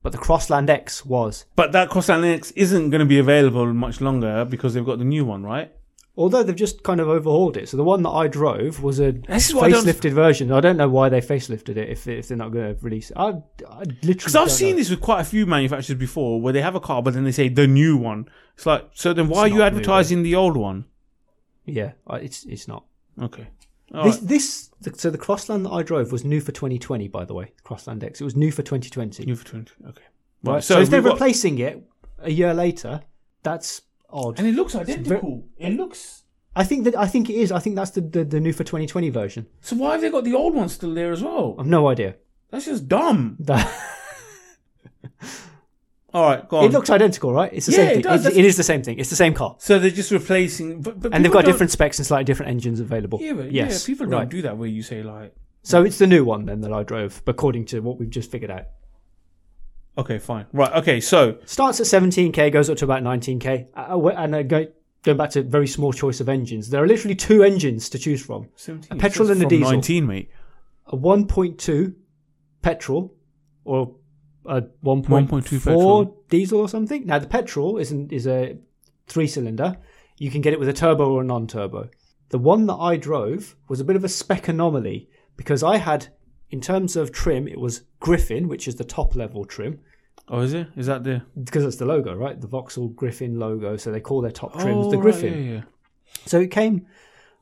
but the Crossland X was.
But that Crossland X isn't going to be available much longer because they've got the new one, right?
Although they've just kind of overhauled it. So the one that I drove was a
This is what I don't-
facelifted version. I don't know why they facelifted it if, if they're not going to release it. I, I literally.
Because I've seen this with quite a few manufacturers before where they have a car, but then they say the new one. It's like, so then why
It's
are you
not new,
advertising the old one?
Yeah, I- it's it's not.
Okay. All
This,
right.
this the, so the Crossland that I drove was new for 2020, by the way. The Crossland X, it was new for 2020.
New for 20. Okay.
Right.
Right.
So,
So,
if they're
we've got-
replacing it a year later, that's odd.
And it looks identical. It looks.
I think that I think it is. I think that's the, the, the new for 2020 version.
So why have they got the old one still there as well?
I've no idea.
That's just dumb.
That,
All right, go on.
it looks identical, right? It's the
Yeah,
same
it
thing.
does.
It's-
That's-
it is the same thing. It's the same car.
So they're just replacing, but, but
and they've
people
got
don't-
different specs and slightly different engines available.
Yeah, but
yes,
yeah, people don't
right.
do that where you say like,
So it's the new one then that I drove, according to what we've just figured out.
Okay, fine. Right. Okay, so
Starts at 17k, goes up to about 19k, Uh, uh, and uh, go, going back to very small choice of engines. There are literally two engines to choose from: a petrol and a
from
diesel.
Nineteen, mate.
A 1.2 petrol, or a
1.2
1.2
petrol.
diesel or something. Now the petrol is an, is a three cylinder. You can get it with a turbo or a non-turbo. The one that I drove was a bit of a spec anomaly because I had, in terms of trim, it was Griffin, which is the top level trim.
Oh, is it? Is that the
because that's the logo, right? The Vauxhall Griffin logo. So they call their top trims
Oh,
the
right,
Griffin.
yeah, yeah.
So it came,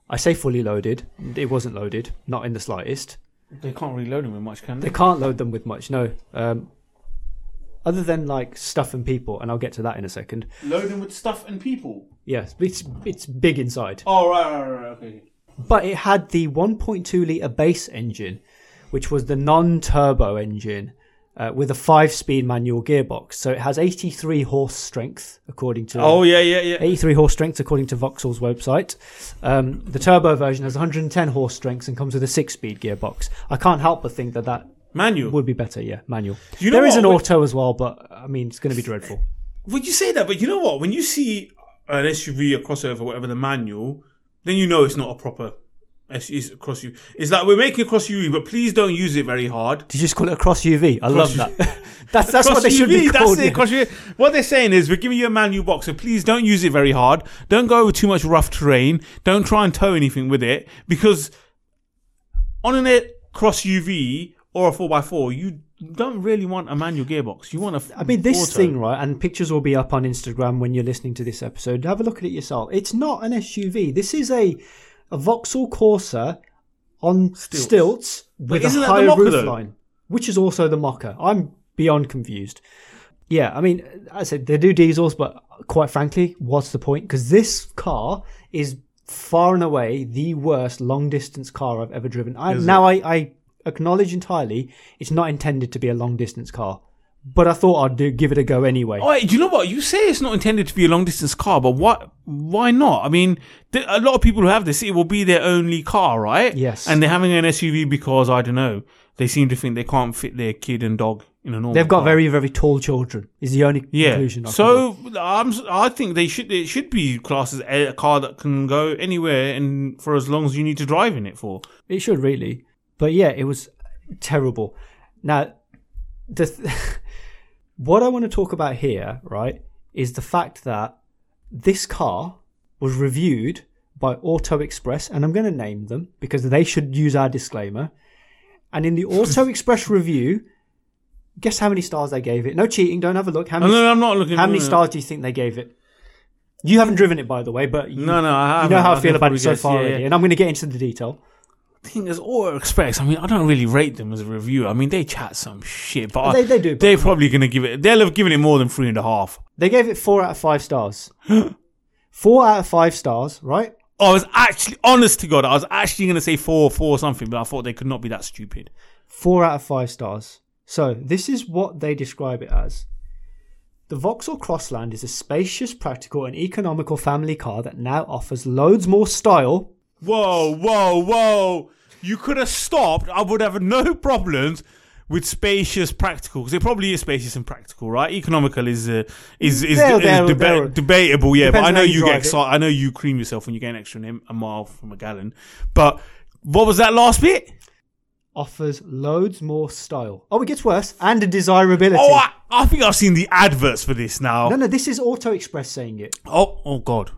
I say fully loaded. It wasn't loaded, not in the slightest.
They can't reload them with much, can
They
they?
can't load them with much, no. Um, other than like stuff and people, and I'll get to that in a second.
Loading with stuff and people.
Yes, it's it's big inside,
Oh, right, right, right, right, okay.
but it had the 1.2 liter base engine, which was the non-turbo engine uh, with a five-speed manual gearbox. So it has 83 horse strength, according to
Oh yeah, yeah, yeah.
83 horse strength according to Vauxhall's website. Um, the turbo version has 110 horse strength and comes with a six-speed gearbox. I can't help but think that that
Manual.
would be better, yeah, manual.
You know
there is
what?
an auto as well, but I mean, it's going to be dreadful.
Would you say that? But you know what? When you see uh, an SUV, a crossover, whatever the manual, then you know it's not a proper SUV cross U. It's like we're making a cross UV, but please don't use it very hard.
Did you just call it a cross UV? I love that. that's that's what
Cross
they should be
UV,
called.
that's it.
yeah.
Cross UV. What they're saying is we're giving you a manual box, so please don't use it very hard. Don't go over too much rough terrain. Don't try and tow anything with it because on an air cross UV or a 4x4, you don't really want a manual gearbox. You want a.
I mean, this
auto.
thing, right? And pictures will be up on Instagram when you're listening to this episode. Have a look at it yourself. It's not an SUV. This is a a Vauxhall Corsa on stilts, with
isn't
a
that the
higher
Mocha,
roofline,
though?
which is also the Mocha. I'm beyond confused. Yeah, I mean, I said they do diesels, but quite frankly, what's the point? Because this car is far and away the worst long distance car I've ever driven. I, now I, I acknowledge entirely it's not intended to be a long distance car, but I thought I'd do give it a go anyway.
Oh, wait, do you know what? You say it's not intended to be a long distance car, but what? Why not? I mean, th- a lot of people who have this, it will be their only car, right?
Yes.
And they're having an SUV because I don't know. They seem to think they can't fit their kid and dog in a normal.
They've got
car.
very very tall children. Is the only
yeah.
conclusion. I can draw.
so I'm. s- I think they should. It should be classed as a a car that can go anywhere and for as long as you need to drive in it for.
It should really, but yeah, it was terrible. Now, the th- what I want to talk about here, right, is the fact that this car was reviewed by Auto Express, and I'm going to name them because they should use our disclaimer. And in the Auto Express review, guess how many stars they gave it? No cheating. Don't have a look. How
No,
many?
no, no, I'm not looking.
how many
no, no.
stars do you think they gave it? You haven't driven it, by the way, but you,
No, no, I
you
haven't.
know how
I
I,
can
feel about
probably
it so
guess,
far
yeah,
already,
yeah.
and I'm going to get into the detail.
thing is all express. I mean, I don't really rate them as a review. I mean, they chat some shit, but
They- they do, but-
They're probably going to give it. They'll have given it more than three and a half.
They gave it four out of five stars. four out of five stars, right?
I was actually, honest to God, I was actually going to say four, four or something, but I thought they could not be that stupid.
Four out of five stars. So this is what they describe it as. The Vauxhall Crossland is a spacious, practical, and economical family car that now offers loads more style.
Whoa, whoa, whoa! You could have stopped. I would have no problems with spacious, practical because it probably is spacious and practical, right? Economical is uh, is is,
There,
is
there,
deba-
there.
debatable, yeah. But
Depends
I
on
know
how you
you, get
drive it.
excited. I know you cream yourself when you get an extra a mile from a gallon. But what was that last bit?
Offers loads more style. Oh, it gets worse. And a desirability.
Oh, I, I think I've seen the adverts for this now.
no, no, this is Auto Express saying it.
Oh, oh God!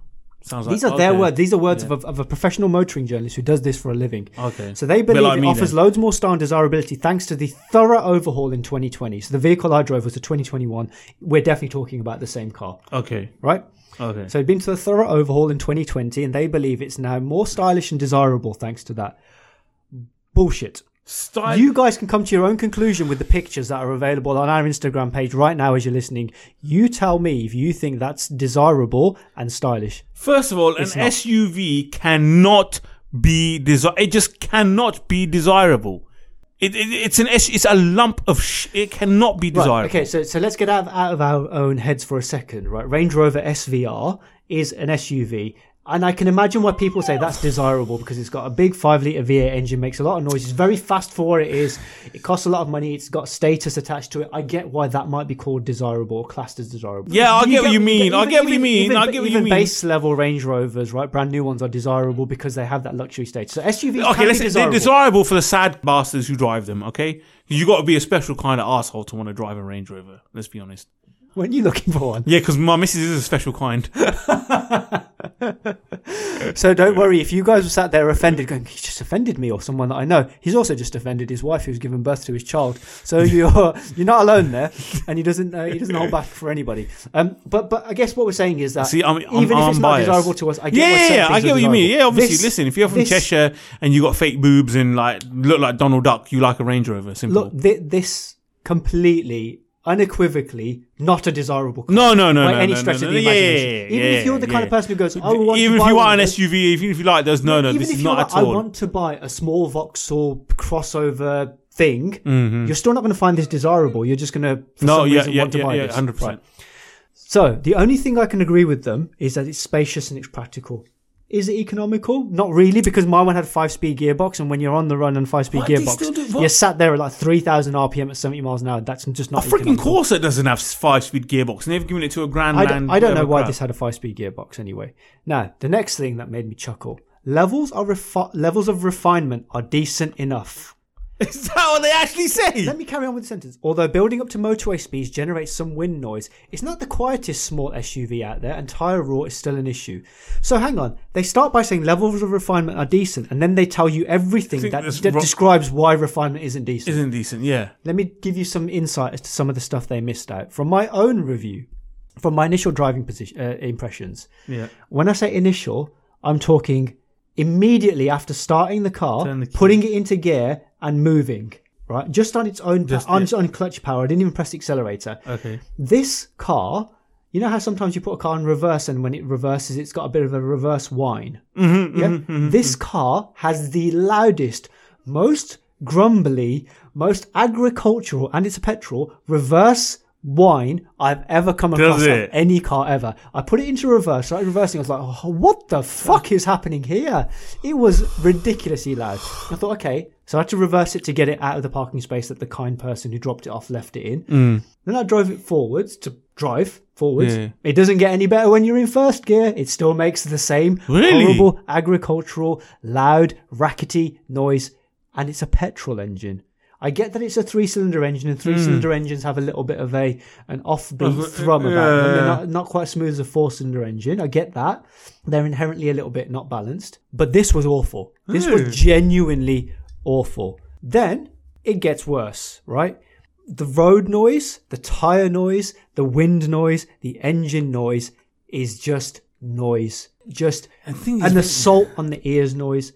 Sounds like
These are their
okay.
words. These are words of, a, of a professional motoring journalist who does this for a living.
Okay.
So they
Bit
believe
like
it
me
offers
then.
loads more style and desirability thanks to the thorough overhaul in 2020. So the vehicle I drove was a 2021. We're definitely talking about the same car,
Okay,
right?
okay.
So it'd been to a thorough overhaul in 2020, and they believe it's now more stylish and desirable thanks to that. Bullshit.
Style.
You guys can come to your own conclusion with the pictures that are available on our Instagram page right now as you're listening. You tell me if you think that's desirable and stylish.
First of all, an
not.
SUV cannot be desi- It just cannot be desirable. It, it, it's an S- it's a lump of sh- it cannot be
Right,
desirable.
okay, so so let's get out of, out of our own heads for a second, right? Range Rover SVR is an SUV. And I can imagine why people say that's desirable because it's got a big five liter V8 engine, makes a lot of noise, it's very fast for what it is, it costs a lot of money, it's got status attached to it. I get why that might be called desirable, classed as desirable.
Yeah, I get what you mean. I get what you mean.
even-
I get what you
even
mean.
base level Range Rovers, right? Brand new ones are desirable because they have that luxury status. So SUVs
Okay, let's
can be
say they're
desirable.
desirable for the sad bastards who drive them. Okay, you got to be a special kind of asshole to want to drive a Range Rover. Let's be honest.
Weren't you looking for one?
Yeah, because my missus is a special kind.
So don't worry if you guys were sat there offended, going, "He's just offended me," or someone that I know. He's also just offended his wife, who's given birth to his child. So you're you're not alone there, and he doesn't uh, he doesn't hold back for anybody. Um, but but I guess what we're saying is that
See, I'm, I'm,
even
I'm
if it's not
biased.
desirable to us, I get
yeah,
why
yeah,
certain
yeah, I
things
get
are
what you mean.
desirable.
Yeah, obviously.
This-
listen, if you're from
this-
Cheshire and you got fake boobs and like look like Donald Duck, you like a Range Rover. Simple.
look, thi- this completely unequivocally not a desirable car
no, no, no,
by
no,
any
no,
stretch
no,
of
no,
the
yeah,
imagination.
yeah, yeah,
even if you're the
yeah,
kind of
yeah.
person who goes, "I want
even
to
if
buy
you
one
are
of
an
those."
SUV, even if you like those, no, no,
even
this
if
is
you're
not
like,
at
I
all.
want to buy a small Vauxhall crossover thing, you're still not going to find this desirable. You're just going to
Mm-hmm.
for
no,
some
yeah,
reason
yeah,
want to
yeah,
buy
yeah,
this.
hundred percent.
Right. So the only thing I can agree with them is that it's spacious and it's practical. Is it economical? Not really, because my one had five-speed gearbox, and when you're on the run on five-speed
Why do they still do-
gearbox,
what?
you're sat there at like three thousand RPM at seventy miles an hour. That's just
A
not
freaking
economical.
Corsa doesn't have five-speed gearbox, and they've given it to a Grand
I
Land,
don't, I don't know
whatever
why
crap.
this had a five-speed gearbox anyway. Now, the next thing that made me chuckle: levels are refi- levels of refinement are decent enough.
Is that what they actually say?
Let me carry on with the sentence. Although building up to motorway speeds generates some wind noise, it's not the quietest small SUV out there, and tyre roar is still an issue. So hang on. They start by saying levels of refinement are decent, and then they tell you everything
think
that
that's
de-
wrong.
describes why refinement isn't decent.
Isn't decent, yeah.
Let me give you some insight as to some of the stuff they missed out from my own review, from my initial driving position, uh, impressions.
Yeah.
When I say initial, I'm talking immediately after starting the car,
Turn the key.
putting it into gear and moving, right? Just on its own, on its own clutch power. I didn't even press the accelerator.
Okay.
This car, you know how sometimes you put a car in reverse and when it reverses, it's got a bit of a reverse whine. Mm-hmm, yeah? this car has the loudest, most grumbly, most agricultural, and it's a petrol reverse whine I've ever come across on
it?
any car ever. I put it into reverse, started reversing. I was like, oh, what the fuck is happening here? It was ridiculously loud. I thought, okay. So I had to reverse it to get it out of the parking space that the kind person who dropped it off left it in. Then I drove it forwards to drive forwards.
Yeah.
It doesn't get any better when you're in first gear. It still makes the same
Really?
horrible agricultural, loud, rackety noise, and it's a petrol engine. I get that it's a three-cylinder engine, and three-cylinder engines have a little bit Hmm. of a uh, an offbeat thrum about them. They're not, not quite as smooth as a four-cylinder engine. I get that. They're inherently a little bit not balanced. But this was awful. This was genuinely awful. Then it gets worse, right? the road noise, the tire noise, the wind noise, the engine noise is just noise. Just
thing is
and the salt on the ears noise.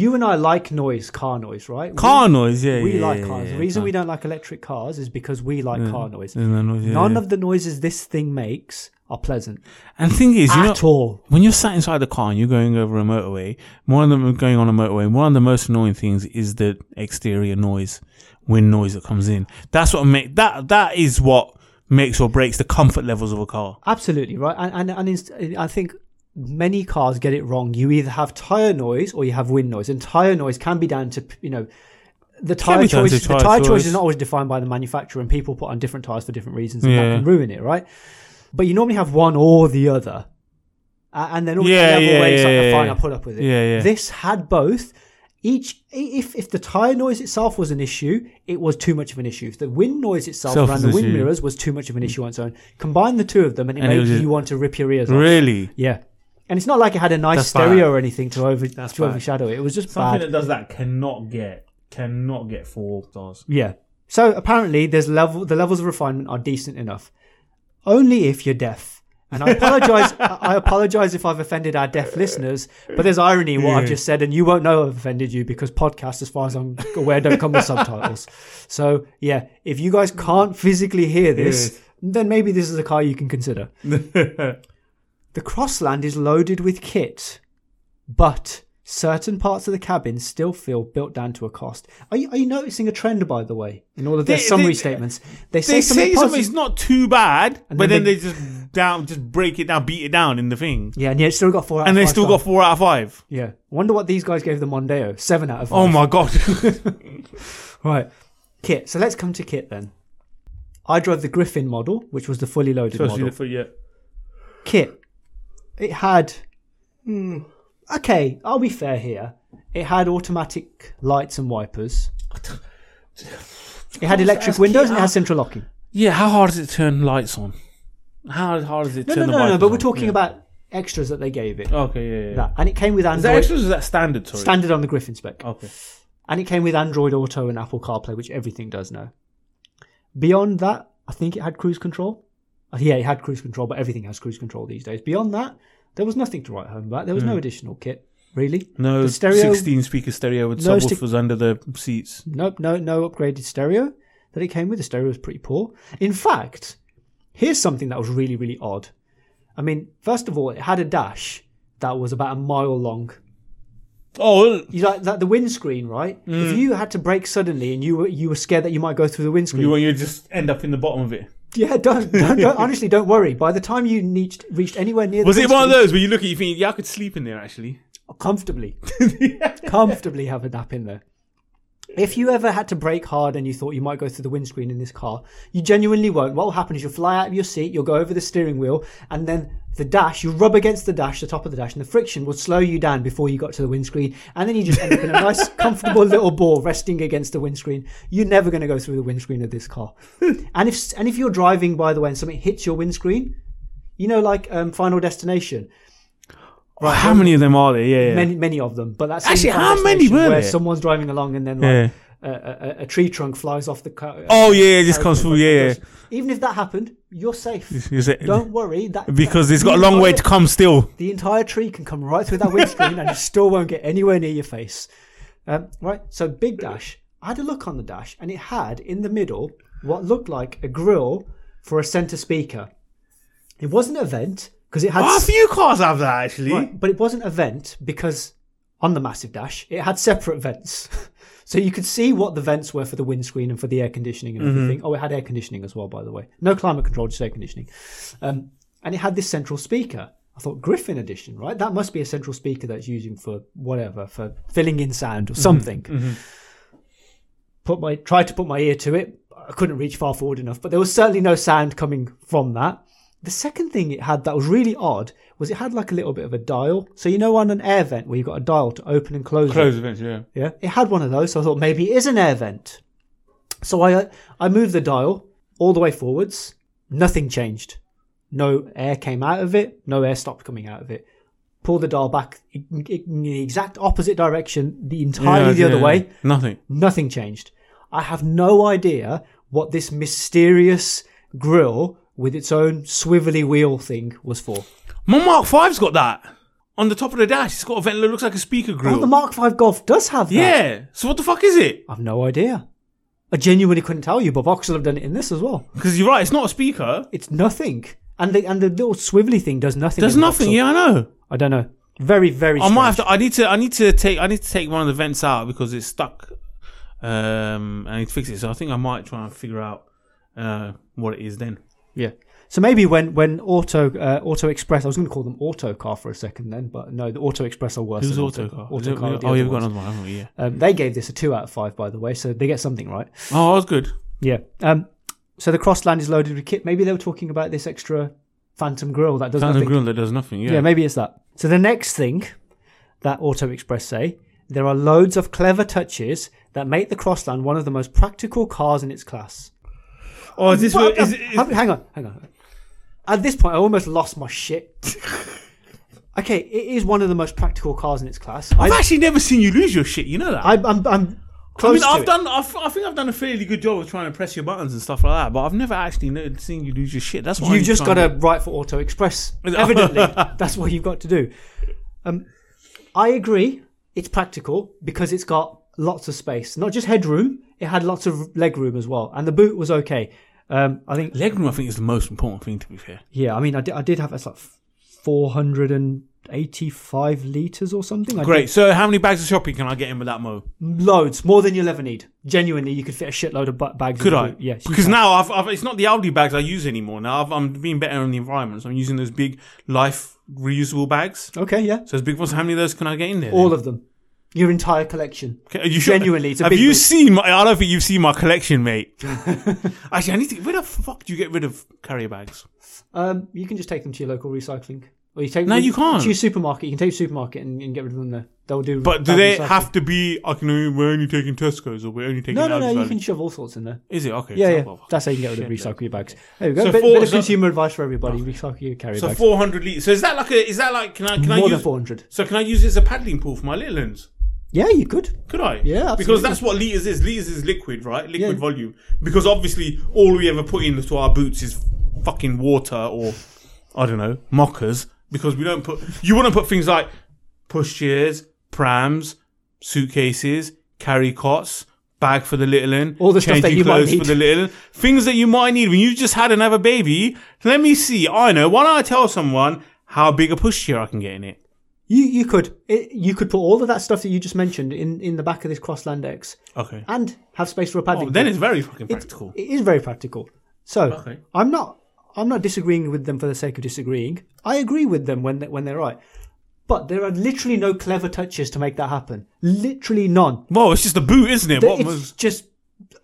You and I like noise, car noise, right? We-
Car noise, yeah.
we
yeah,
like
yeah,
cars.
yeah,
the
yeah.
reason we don't like electric cars is because we like car noise.
Yeah, no, no, yeah,
None
yeah.
of the noises this thing makes are pleasant
And the thing is, you know,
at all.
when you're sat inside the car and you're going over a motorway, one of them going on a motorway, one of the most annoying things is the exterior noise, wind noise that comes in. That's what make that that is what makes or breaks the comfort levels of a car.
Absolutely right, and and, and inst- I think many cars get it wrong. You either have tire noise or you have wind noise, and tire noise can be down to you know the tire
be down to
choice. The
tire
tire, choice
choice.
is not always defined by the manufacturer, and people put on different tires for different reasons, and that
Yeah.
can ruin it, right? But you normally have one or the other, A- and then all
Yeah,
level
yeah,
where it's like,
yeah,
"Oh, fine,
yeah.
I put up with it.
Yeah, yeah.
This had both. Each, i- if if the tire noise itself was an issue, it was too much of an issue. If the wind noise itself
Self
around
is
the
an
wind
issue.
mirrors was too much of an issue on its own. Combine the two of them, and it
And it
made
was just-
you want to rip your ears off.
Really?
Yeah, and it's not like it had a nice
That's
stereo
bad.
or anything to over to
bad.
overshadow it. It was just
Something
bad.
that does that cannot get cannot get four stars.
yeah. So apparently, there's level the levels of refinement are decent enough, only if you're deaf. And I apologize. I I apologize if I've offended our deaf listeners, but there's irony in what I've just said, and you won't know I've offended you because podcasts, as far as I'm aware, don't come with subtitles. So yeah, if you guys can't physically hear this, then maybe this is a car you can consider. The Crossland is loaded with kit, but certain parts of the cabin still feel built down to a cost. Are you, are you noticing a trend, by the way, in all of their
They-
summary
they-
statements? They say
They
something
say
positive.
something's not too bad,
And
but then
then they-
they just down, just break it down, beat it down in the thing,
Yeah, and yeah, it's still got four out
and
of
they
five
still
stars.
got four out of five.
Yeah. Wonder what these guys gave the Mondeo. Seven out of five.
Oh my god!
Right. Kit. So let's come to Kit then. I drove the Griffin model, which was the fully loaded
Especially
model.
the foot, yeah.
Kit. It had. Hmm, okay, I'll be fair here. It had automatic lights and wipers. It had electric
ask
windows
Kit
and it had central locking.
Yeah, how hard does it turn lights on? How hard does it
No, no,
turn
no,
the
no.
wipers
But we're
on?
talking
Yeah.
about extras that they gave it.
Okay, yeah, yeah. yeah.
That. And it came with
Is that
Android
extras or is that standard? Sorry.
standard on the Griffin spec.
okay.
And it came with Android Auto and Apple CarPlay, which everything does now. Beyond that, I think it had cruise control. Uh, Yeah, it had cruise control, but everything has cruise control these days. Beyond that, there was nothing to write home about. There was no additional kit, really.
Hmm. No
The stereo-
16 speaker stereo with
No stick-
subwoofers under the seats.
Nope, no, no upgraded stereo that it came with. The stereo was pretty poor. In fact, here's something that was really, really odd. I mean, first of all, it had a dash that was about a mile long.
Oh,
You know, like, like the windscreen, right?
Hmm.
If you had to brake suddenly and you were you were scared that you might go through the windscreen,
you want you just end up in the bottom of it.
Yeah, don't, don't, don't honestly, don't worry. By the time you reached, reached anywhere near, the
Was it one of
windscreen,
those where you look at it, you think, yeah, I could sleep in there actually?
comfortably, comfortably have a nap in there. If you ever had to brake hard and you thought you might go through the windscreen in this car, you genuinely won't. What will happen is you'll fly out of your seat, you'll go over the steering wheel, and then the dash, you rub against the dash, the top of the dash, and the friction will slow you down before you got to the windscreen, and then you just end up in a nice, comfortable little ball resting against the windscreen. You're never going to go through the windscreen of this car. and if and if you're driving, by the way, and something hits your windscreen, you know, like um, Final Destination,
how many of them are there? Yeah, yeah.
many many of them. But that's
Actually, how many were
where
there?
someone's driving along and then
Yeah.
like a a, a, a tree trunk flies off the car.
Oh, yeah, it just comes through. Yeah,
Even if that happened, you're safe.
yeah. Is it-
Don't worry. That
Because
that-
it's got a
the
long way
entire-
to come still.
The entire tree can come right through that windscreen and it still won't get anywhere near your face. Um, right. So big dash. I had a look on the dash and it had in the middle what looked like a grill for a center speaker. It wasn't a vent because it had
Oh, a few cars have that actually.
Right, but it wasn't a vent because on the massive dash it had separate vents, so you could see what the vents were for the windscreen and for the air conditioning and everything. Oh, it had air conditioning as well, by the way. No climate control, just air conditioning. Um, and it had this central speaker. I thought Griffin edition, right? That must be a central speaker that's using for whatever for filling in sound or something. Put my tried to put my ear to it. I couldn't reach far forward enough, but there was certainly no sound coming from that. The second thing it had that was really odd was it had like a little bit of a dial. So you know on an air vent where you've got a dial to open and close. it?
Close eventually, yeah.
Yeah, it had one of those. So I thought maybe it is an air vent. So I uh, I moved the dial all the way forwards. Nothing changed. No air came out of it. No air stopped coming out of it. Pull the dial back i- i- in the exact opposite direction, the entirely the
Yeah,
other
yeah,
way.
yeah. Nothing.
Nothing changed. I have no idea what this mysterious grill with its own swivelly wheel thing was for.
My Mark V's got that. On the top of the dash, it's got a vent that looks like a speaker
Oh,
grill.
the Mark V Golf does have that.
yeah. So what the fuck is it?
I've no idea. I genuinely couldn't tell you, but Voxel have done it in this as well.
Because you're right, it's not a speaker.
It's nothing. And the and the little swivelly thing does nothing.
There's
in
nothing.
Vauxhall.
Yeah, I know.
I don't know. Very very.
I
strange.
might have to. I need to. I need to take. I need to take one of the vents out because it's stuck. Um, I need to fix it. So I think I might try and figure out uh what it is then.
Yeah. So maybe when when Auto uh, Auto Express, I was going to call them Auto Car for a second then, but no, the Auto Express are worse.
Who's
than
autocar? Is
Auto
it-
Car.
Oh, yeah, we've got another one, haven't we? Yeah.
Um, they gave this a two out of five, by the way, so they get something right.
Oh, that was good.
Yeah. Um. So the Crossland is loaded with kit. Maybe they were talking about this extra Phantom grill that does
Sounds
nothing.
grill that does nothing. Yeah.
Yeah, maybe it's that. So the next thing that Auto Express say, there are loads of clever touches that make the Crossland one of the most practical cars in its class.
Oh, is this
Well,
where, is, it- is,
hang hang on, hang on. At this point, I almost lost my shit. okay, it is one of the most practical cars in its class. I,
I've actually never seen you lose your shit. You know that. I,
I, I'm, I'm close
mean,
to
I've
it.
done. I've, I think I've done a fairly good job of trying to press your buttons and stuff like that. But I've never actually kno- seen you lose your shit. That's why
You've just got to write for Auto Express. Evidently, that's what you've got to do. Um, I agree. It's practical because it's got lots of space, not just headroom. It had lots of leg room as well, and the boot was okay. Um, I think.
Legroom, I think, is the most important thing. To be fair,
Yeah, I mean, I did, I did have it's like four hundred and 85 litres or something. I
Great. So how many bags of shopping can I get in with that mo?
did- Loads. More than you'll ever need. Genuinely, you could fit a shitload of bu- bags. in
Could
the
I?
boot. Yes. you
Because
can.
now I've, I've, it's not the Aldi bags I use anymore. Now I've, I'm being better on the environment. So I'm using those big life reusable bags.
Okay, yeah.
So those big ones. How many of those can I get in there?
All of them. Your entire collection.
Okay, are you sure?
Genuinely, it's a
have
big
you
boot.
seen my? I don't think you've seen my collection, mate. Actually, I need to. Where the fuck do you get rid of carrier bags?
Um, you can just take them to your local recycling. Or you take
No,
them
you can't.
To your supermarket. You can take to your supermarket and, and get rid of them there. They'll do.
But do
they'll
they
recycle.
have to be? I can. only- We're only taking Tesco's, or we're only taking.
No, no, no.
Aldi's
You
only.
can shove all sorts in there.
Is it okay?
Yeah,
so-
yeah.
well,
That's how you can get rid of
shit,
recycle your bags. There we go.
So
bit,
four-
bit of
so-
consumer advice for everybody. Recycle your carry
So
bags.
400 liters. So is that like a? Is that like? Can I? Can I
More
use?
than 400.
So can I use it as a paddling pool for my little ones?
Yeah, you could.
Could I?
Yeah, absolutely.
Because that's what liters is. Liters is liquid, right? Liquid
Yeah.
volume. Because obviously, all we ever put into our boots is fucking water or I don't know mockers. Because we don't put. You want to put things like pushchairs, prams, suitcases, carry cots. Bag for the little un,
All the stuff that
changing
you might
clothes
need.
for the little un, things that you might need when you just had another baby. Let me see. I know. Why don't I tell someone how big a pushchair I can get in it?
You you could it, you could put all of that stuff that you just mentioned in, in the back of this Crossland X
Okay.
and have space for a padding.
Oh, then
pool.
it's very fucking practical.
it is very practical. So
Okay.
I'm not I'm not disagreeing with them for the sake of disagreeing. I agree with them when they, when they're right, but there are literally no clever touches to make that happen. Literally none.
Well, it's just a boot, isn't it? What
it's
was?
just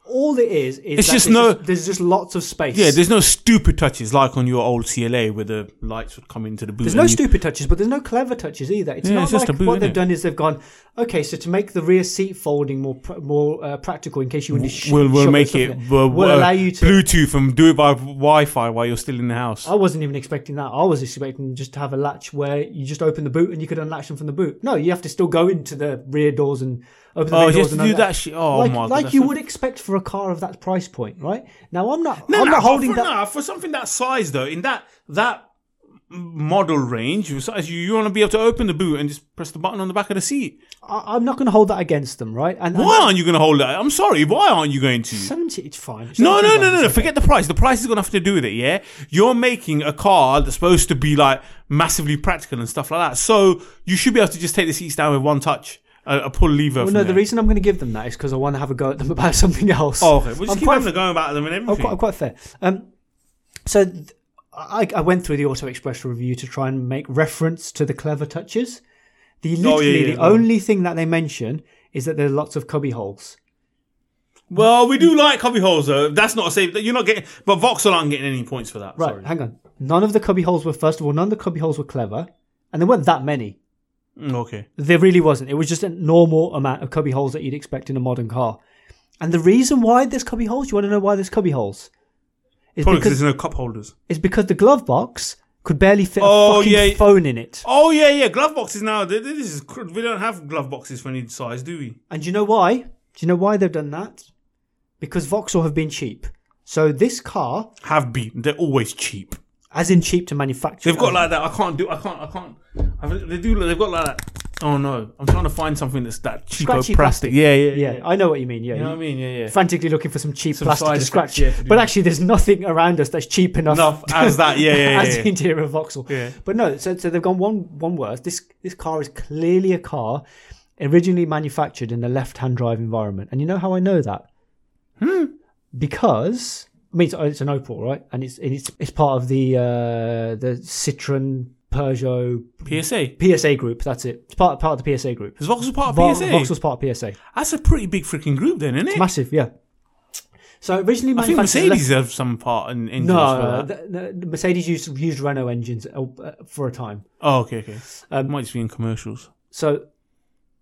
all it is is
It's
that
just
there's
no-
there's just lots of space.
Yeah, there's no stupid touches like on your old CLA where the lights would come into the boot.
There's
and
no
you-
stupid touches, but there's no clever touches either. It's
Yeah,
not
it's
like
just a boot,
what they've
innit?
done is they've gone, okay, so to make the rear seat folding more pr- more uh, practical in case you want to sh-
We'll we'll
shove
make
stuff in
it.
there,
We'll,
we'll
uh,
allow you to.
Bluetooth and do it by Wi-Fi while you're still in the house.
I wasn't even expecting that. I was expecting just to have a latch where you just open the boot and you could unlatch them from the boot. No, you have to still go into the rear doors and open the
Oh, you
rear
have
doors
to
and
do
unlatch.
that shit. Oh
like,
my god!
like
that's
you
so-
would expect for a car of that price point, right? Now I'm not.
No,
I'm
no,
not
but
holding
for,
that.
no, for something that size though. In that that model range, you you want to be able to open the boot and just press the button on the back of the seat.
I, I'm not going to hold that against them, right? And and
Why aren't you going to hold that? I'm sorry. Why aren't you going to?
seventy? It's fine. It's
No, no,
70
no,
bucks,
no, no.
okay.
Forget the price. The price is going to have to do with it, yeah? You're making a car that's supposed to be like massively practical and stuff like that. So you should be able to just take the seats down with one touch, uh, a, a pull lever.
Well,
from
no,
there.
the reason I'm going to give them that is because I want to have a go at them about something else.
Oh, okay. We'll just
I'm
keep
quite-
having a go about them and
I'm
everything.
Oh, quite, I'm quite fair. Um, so th- I, I went through the Auto Express review to try and make reference to the clever touches. The literally
Oh, yeah, yeah,
the
yeah.
only thing that they mention is that there are lots of cubby holes.
Well, we do like cubby holes, though. That's not a save. You're not getting. But Vauxhall aren't getting any points for that.
Right,
Sorry.
hang on. None of the cubby holes were first of all, none of the cubby holes were clever, and there weren't that many.
Mm, Okay.
There really wasn't. It was just a normal amount of cubby holes that you'd expect in a modern car. And the reason why there's cubby holes, you want to know why there's cubby holes? Is
Probably because there's no cup holders.
is because the glove box could barely fit
Oh,
a fucking
yeah.
phone in it.
Oh, yeah, yeah. Glove boxes now. th- th- This is, cr- we don't have glove boxes for any size, do we?
And do you know why? Do you know why they've done that? Because Vauxhall have been cheap. So this car,
Have been. They're always cheap.
as in cheap to manufacture,
They've got like that. I can't do. I can't. I can't. I've, they do. They've got like that. Oh no! I'm trying to find something that's that cheapo
Scratchy
plastic. Yeah, yeah, yeah.
yeah, I know what you mean. Yeah,
You know what I
you-
mean? Yeah, yeah.
frantically looking for some cheap plastic
side
to
effects,
scratch.
yeah, to do
but
that.
actually, there's nothing around us that's cheap enough,
Enough as that. Yeah, yeah,
as
yeah,
the
yeah.
interior of Vauxhall.
Yeah.
But no, so, so they've gone one one worse. This this car is clearly a car originally manufactured in a left-hand drive environment, and you know how I know that?
Hmm.
Because I mean, it's, uh, it's an Opel, right? And it's it's it's part of the uh, the Citroen Peugeot
PSA.
PSA group. That's it. It's part part of the PSA group.
Is Vauxhall part of
Vau-
PSA?
Vauxhall's part of PSA.
That's a pretty big freaking group, then, isn't it?
Massive, yeah. So originally
I think
manufactured. in a left-
Mercedes have some part in engines for
No,
that.
th- no, the Mercedes used used Renault engines uh, for a time.
oh, okay, okay.
um,
Might just be in commercials.
So,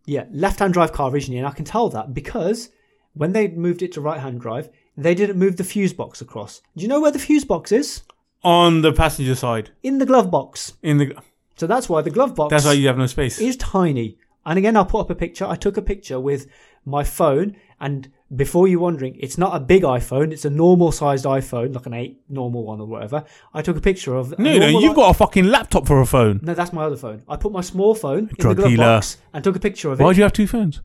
yeah, left-hand drive car originally, and I can tell that because when they moved it to right-hand drive, they didn't move the fuse box across. Do you know where the fuse box is?
On the passenger side,
In the glove box.
in the
So that's why the glove box
that's why you have no space.
is tiny. And again, I'll put up a picture. I took a picture with my phone, and before you're wondering, it's not a big iPhone. It's a normal-sized iPhone, like an eight normal one or whatever. I took a picture of a
no, no,
normal
you've got a fucking laptop for a phone.
No, that's my other phone. I put my small phone in
Drug
the glove
dealer.
box and took a picture of it.
Why do you have two phones?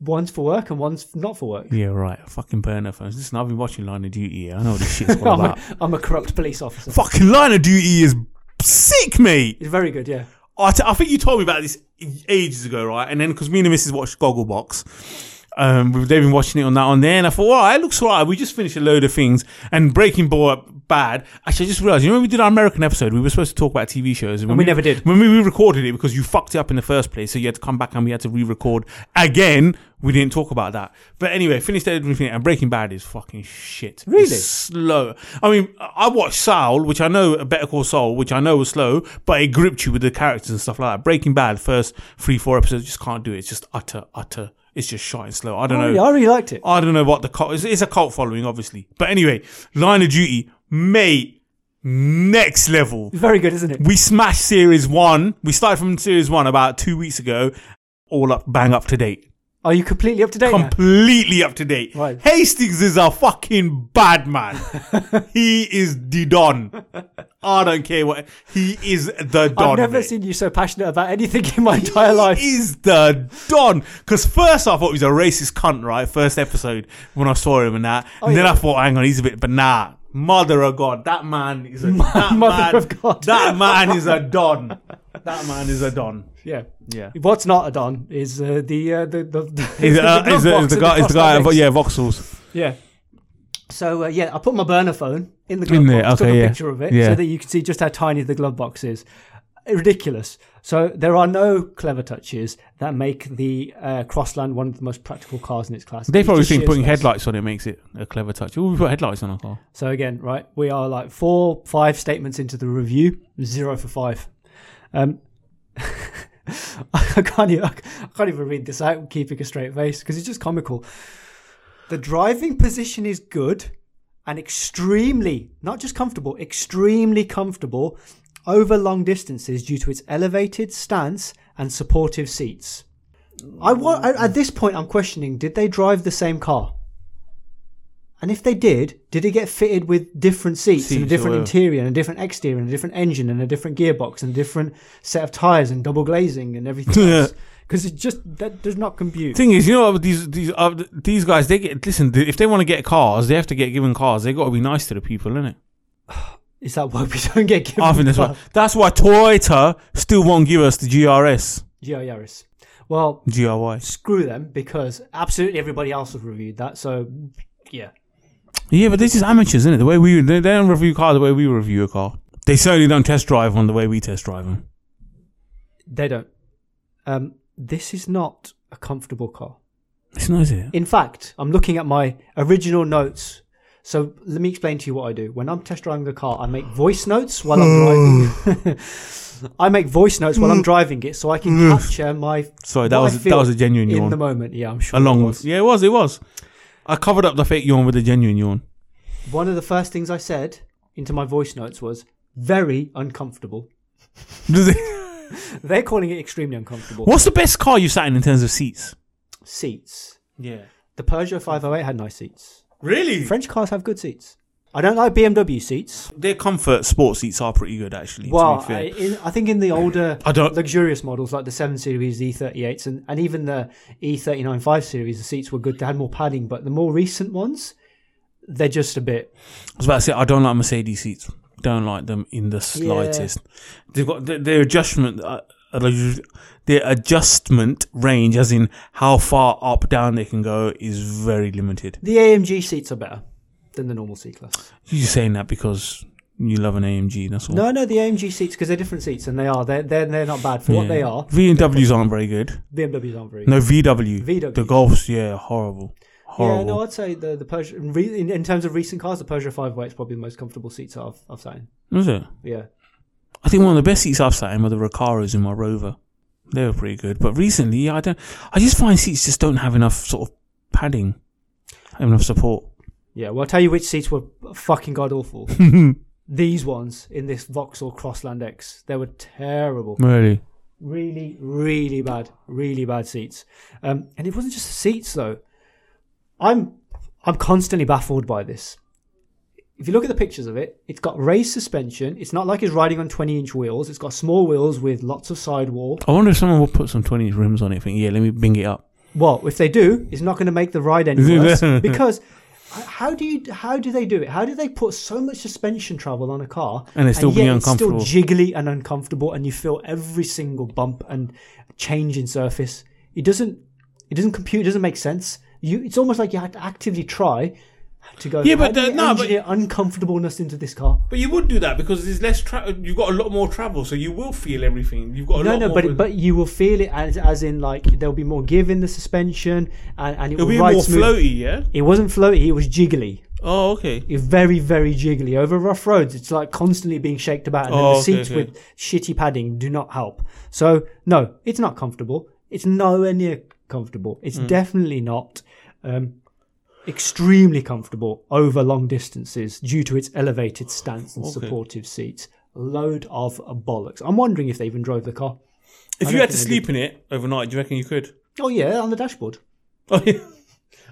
One's for work and one's not for work.
Yeah, right. Fucking burner phones. Listen, I've been watching Line of Duty. yeah. I know what this shit's all
I'm
about.
a, I'm a corrupt police officer.
Fucking Line of Duty is sick, mate.
It's very good, yeah.
I, t- I think you told me about this ages ago, right? And then because me and the missus watched Gogglebox, um, we've- they've been watching it on that on there, and I thought, wow, it looks alright. We just finished a load of things, and Breaking Ball up bad. Actually, I just realized, you know, when we did our American episode, we were supposed to talk about TV shows, and
we never did.
When we re-recorded it because you fucked it up in the first place, so you had to come back and we had to re-record again. We didn't talk about that, but anyway, finished everything, and Breaking Bad is fucking shit.
Really?
It's slow. I mean, I watched Saul, which I know Better Call Saul, which I know was slow, but it gripped you with the characters and stuff like that. Breaking Bad, first three four episodes, just can't do it. It's just utter, utter. It's just shot and slow. I don't
Oh,
know.
yeah, I really liked it.
I don't know what the cult. It's, it's a cult following, obviously. But anyway, Line of Duty, mate, next level.
Very good, isn't it?
We smashed series one. We started from series one about two weeks ago. All up, bang up to date.
Are you completely up to date? now?
Completely up to date.
Right.
Hastings is a fucking bad man. he is the don. I don't care what he is the don.
I've never
mate.
seen you so passionate about anything in my entire life.
Is the Don? Because first I thought he was a racist cunt, right? First episode when I saw him and that, and then
Oh, yeah.
I thought, hang on, he's a bit, but nah, mother of God, that man is a that
Mother
man,
of God.
that man is a Don. That man is a Don.
Yeah.
Yeah.
What's not a don is uh, the, uh, the the the
Is, uh,
glove
is, the-
box
is the
at
guy? Is the
Costa
guy?
Mix.
Yeah, Voxels.
Yeah. So uh, yeah, I put my burner phone in the glove
In there,
box, took
okay,
a
yeah.
picture of it
Yeah.
so that you can see just how tiny the glove box is. Ridiculous. So there are no clever touches that make the uh, Crossland one of the most practical cars in its class.
They
It's
probably
just
think
sheer
putting
space.
headlights on it makes it a clever touch. Oh, we put headlights on our car.
So again, right, we are like four, five statements into the review, zero for five. Um, I can't even, I can't even read this out, keeping a straight face because it's just comical. The driving position is good and extremely, not just comfortable, extremely comfortable over long distances due to its elevated stance and supportive seats. I, wa- I at this point I'm questioning: Did they drive the same car? And if they did, did it get fitted with different seats, and a
Seats,
different
or-
interior and a different exterior and a different engine and a different gearbox and a different set of tires and double glazing and everything else? Because it just that does not compute.
Thing is, you know, these these uh, these guys, they get listen. If they want to get cars, they have to get given cars. They got to be nice to the people, innit?
Is that why we don't get given?
I think that's
the
why. That's why Toyota still won't give us the GRS,
GR Yaris. Well,
GRY.
screw them because absolutely everybody else has reviewed that. So yeah,
Yeah, but this is amateurs, isn't it? The way we they, they don't review cars the way we review a car. They certainly don't test drive on the way we test drive them.
they don't. Um, this is not a comfortable car.
It's nice, is it?
In fact, I'm looking at my original notes. So let me explain to you what I do. When I'm test driving the car, I make voice notes while I'm
Hmm.
driving. I make voice notes while I'm driving it, so I can capture my
Sorry, Hmm. Oh, that
what I
was that
feel
was a genuine
in
yawn.
the moment. Yeah, I'm sure.
Along with yeah, it was, it was. I covered up the fake yawn with a genuine yawn.
One of the first things I said into my voice notes was very uncomfortable. They're calling it extremely uncomfortable.
What's the best car you sat in in terms of seats?
Seats.
Yeah,
The Peugeot 508 had nice seats.
really.
French cars have good seats. I don't like BMW seats.
Their comfort sport seats are pretty good, actually.
Well,
to be
I,
fair.
in, I think in the older
I don't-
luxurious models like the 7 Series, the E38s, and, and even the E39 5 Series, the seats were good. They had more padding, but the more recent ones, they're just a bit.
I was about to say I don't like Mercedes seats. Don't like them in the slightest. They've got their, their adjustment, uh, uh, their adjustment range, as in how far up down they can go, is very limited.
The AMG seats are better than the normal C class.
You're just saying that because you love an AMG. That's all.
No, no, the AMG seats because they're different seats, and they are they're they're, they're not bad for what
Yeah.
they are.
VWs aren't very good.
BMWs aren't very.
No VW.
VW.
The Golfs, yeah, horrible, horrible.
Yeah, no, I'd say the the Peugeot in, re, in, in terms of recent cars, the Peugeot 508 is probably the most comfortable seats I've I've sat in.
Was it?
Yeah,
I think one of the best seats I've sat in were the Recaros in my Rover. They were pretty good, but recently I don't. I just find seats just don't have enough sort of padding, enough support.
yeah. Well, I'll tell you which seats were fucking god awful. These ones in this Vauxhall Crossland X, they were terrible.
Really?
Really, really bad, really bad seats. Um, and it wasn't just the seats though. I'm I'm constantly baffled by this. If you look at the pictures of it, it's got raised suspension. It's not like it's riding on 20 inch wheels. It's got small wheels with lots of sidewall.
I wonder if someone will put some 20 inch rims on it. and Think, yeah, let me bing it up.
Well, if they do, it's not going to make the ride any worse because How do you? How do they do it? How do they put so much suspension travel on a car
And it's still
yet
being
it's still
uncomfortable.
jiggly and uncomfortable, and you feel every single bump and change in surface? It doesn't. It doesn't compute. It doesn't make sense. You. It's almost like you had to actively try to go.
Yeah,
how
but
do
the-
you
no, but-
engineer uncomfortableness into this car.
But you would do that because there's less. Tra- you've got a lot more travel, so you will feel everything. You've got a
No,
lot
no,
more.
but but you will feel it as as in like there'll be more give in the suspension, and, and it
it'll
will
be
ride
more
smooth.
floaty, yeah.
It wasn't floaty. It was jiggly.
Oh, okay.
It's very, very jiggly over rough roads. It's like constantly being shaked about, and
Oh,
then the
okay,
seats
okay.
with shitty padding do not help. So no, it's not comfortable. It's nowhere near comfortable.
Hmm.
It's definitely not um, extremely comfortable over long distances due to its elevated stance and supportive seats. Load of bollocks. I'm wondering if they even drove the car.
If
I
you
don't
had to
think I
sleep in it overnight, do you reckon you could?
Oh yeah, on the dashboard.
Oh, yeah.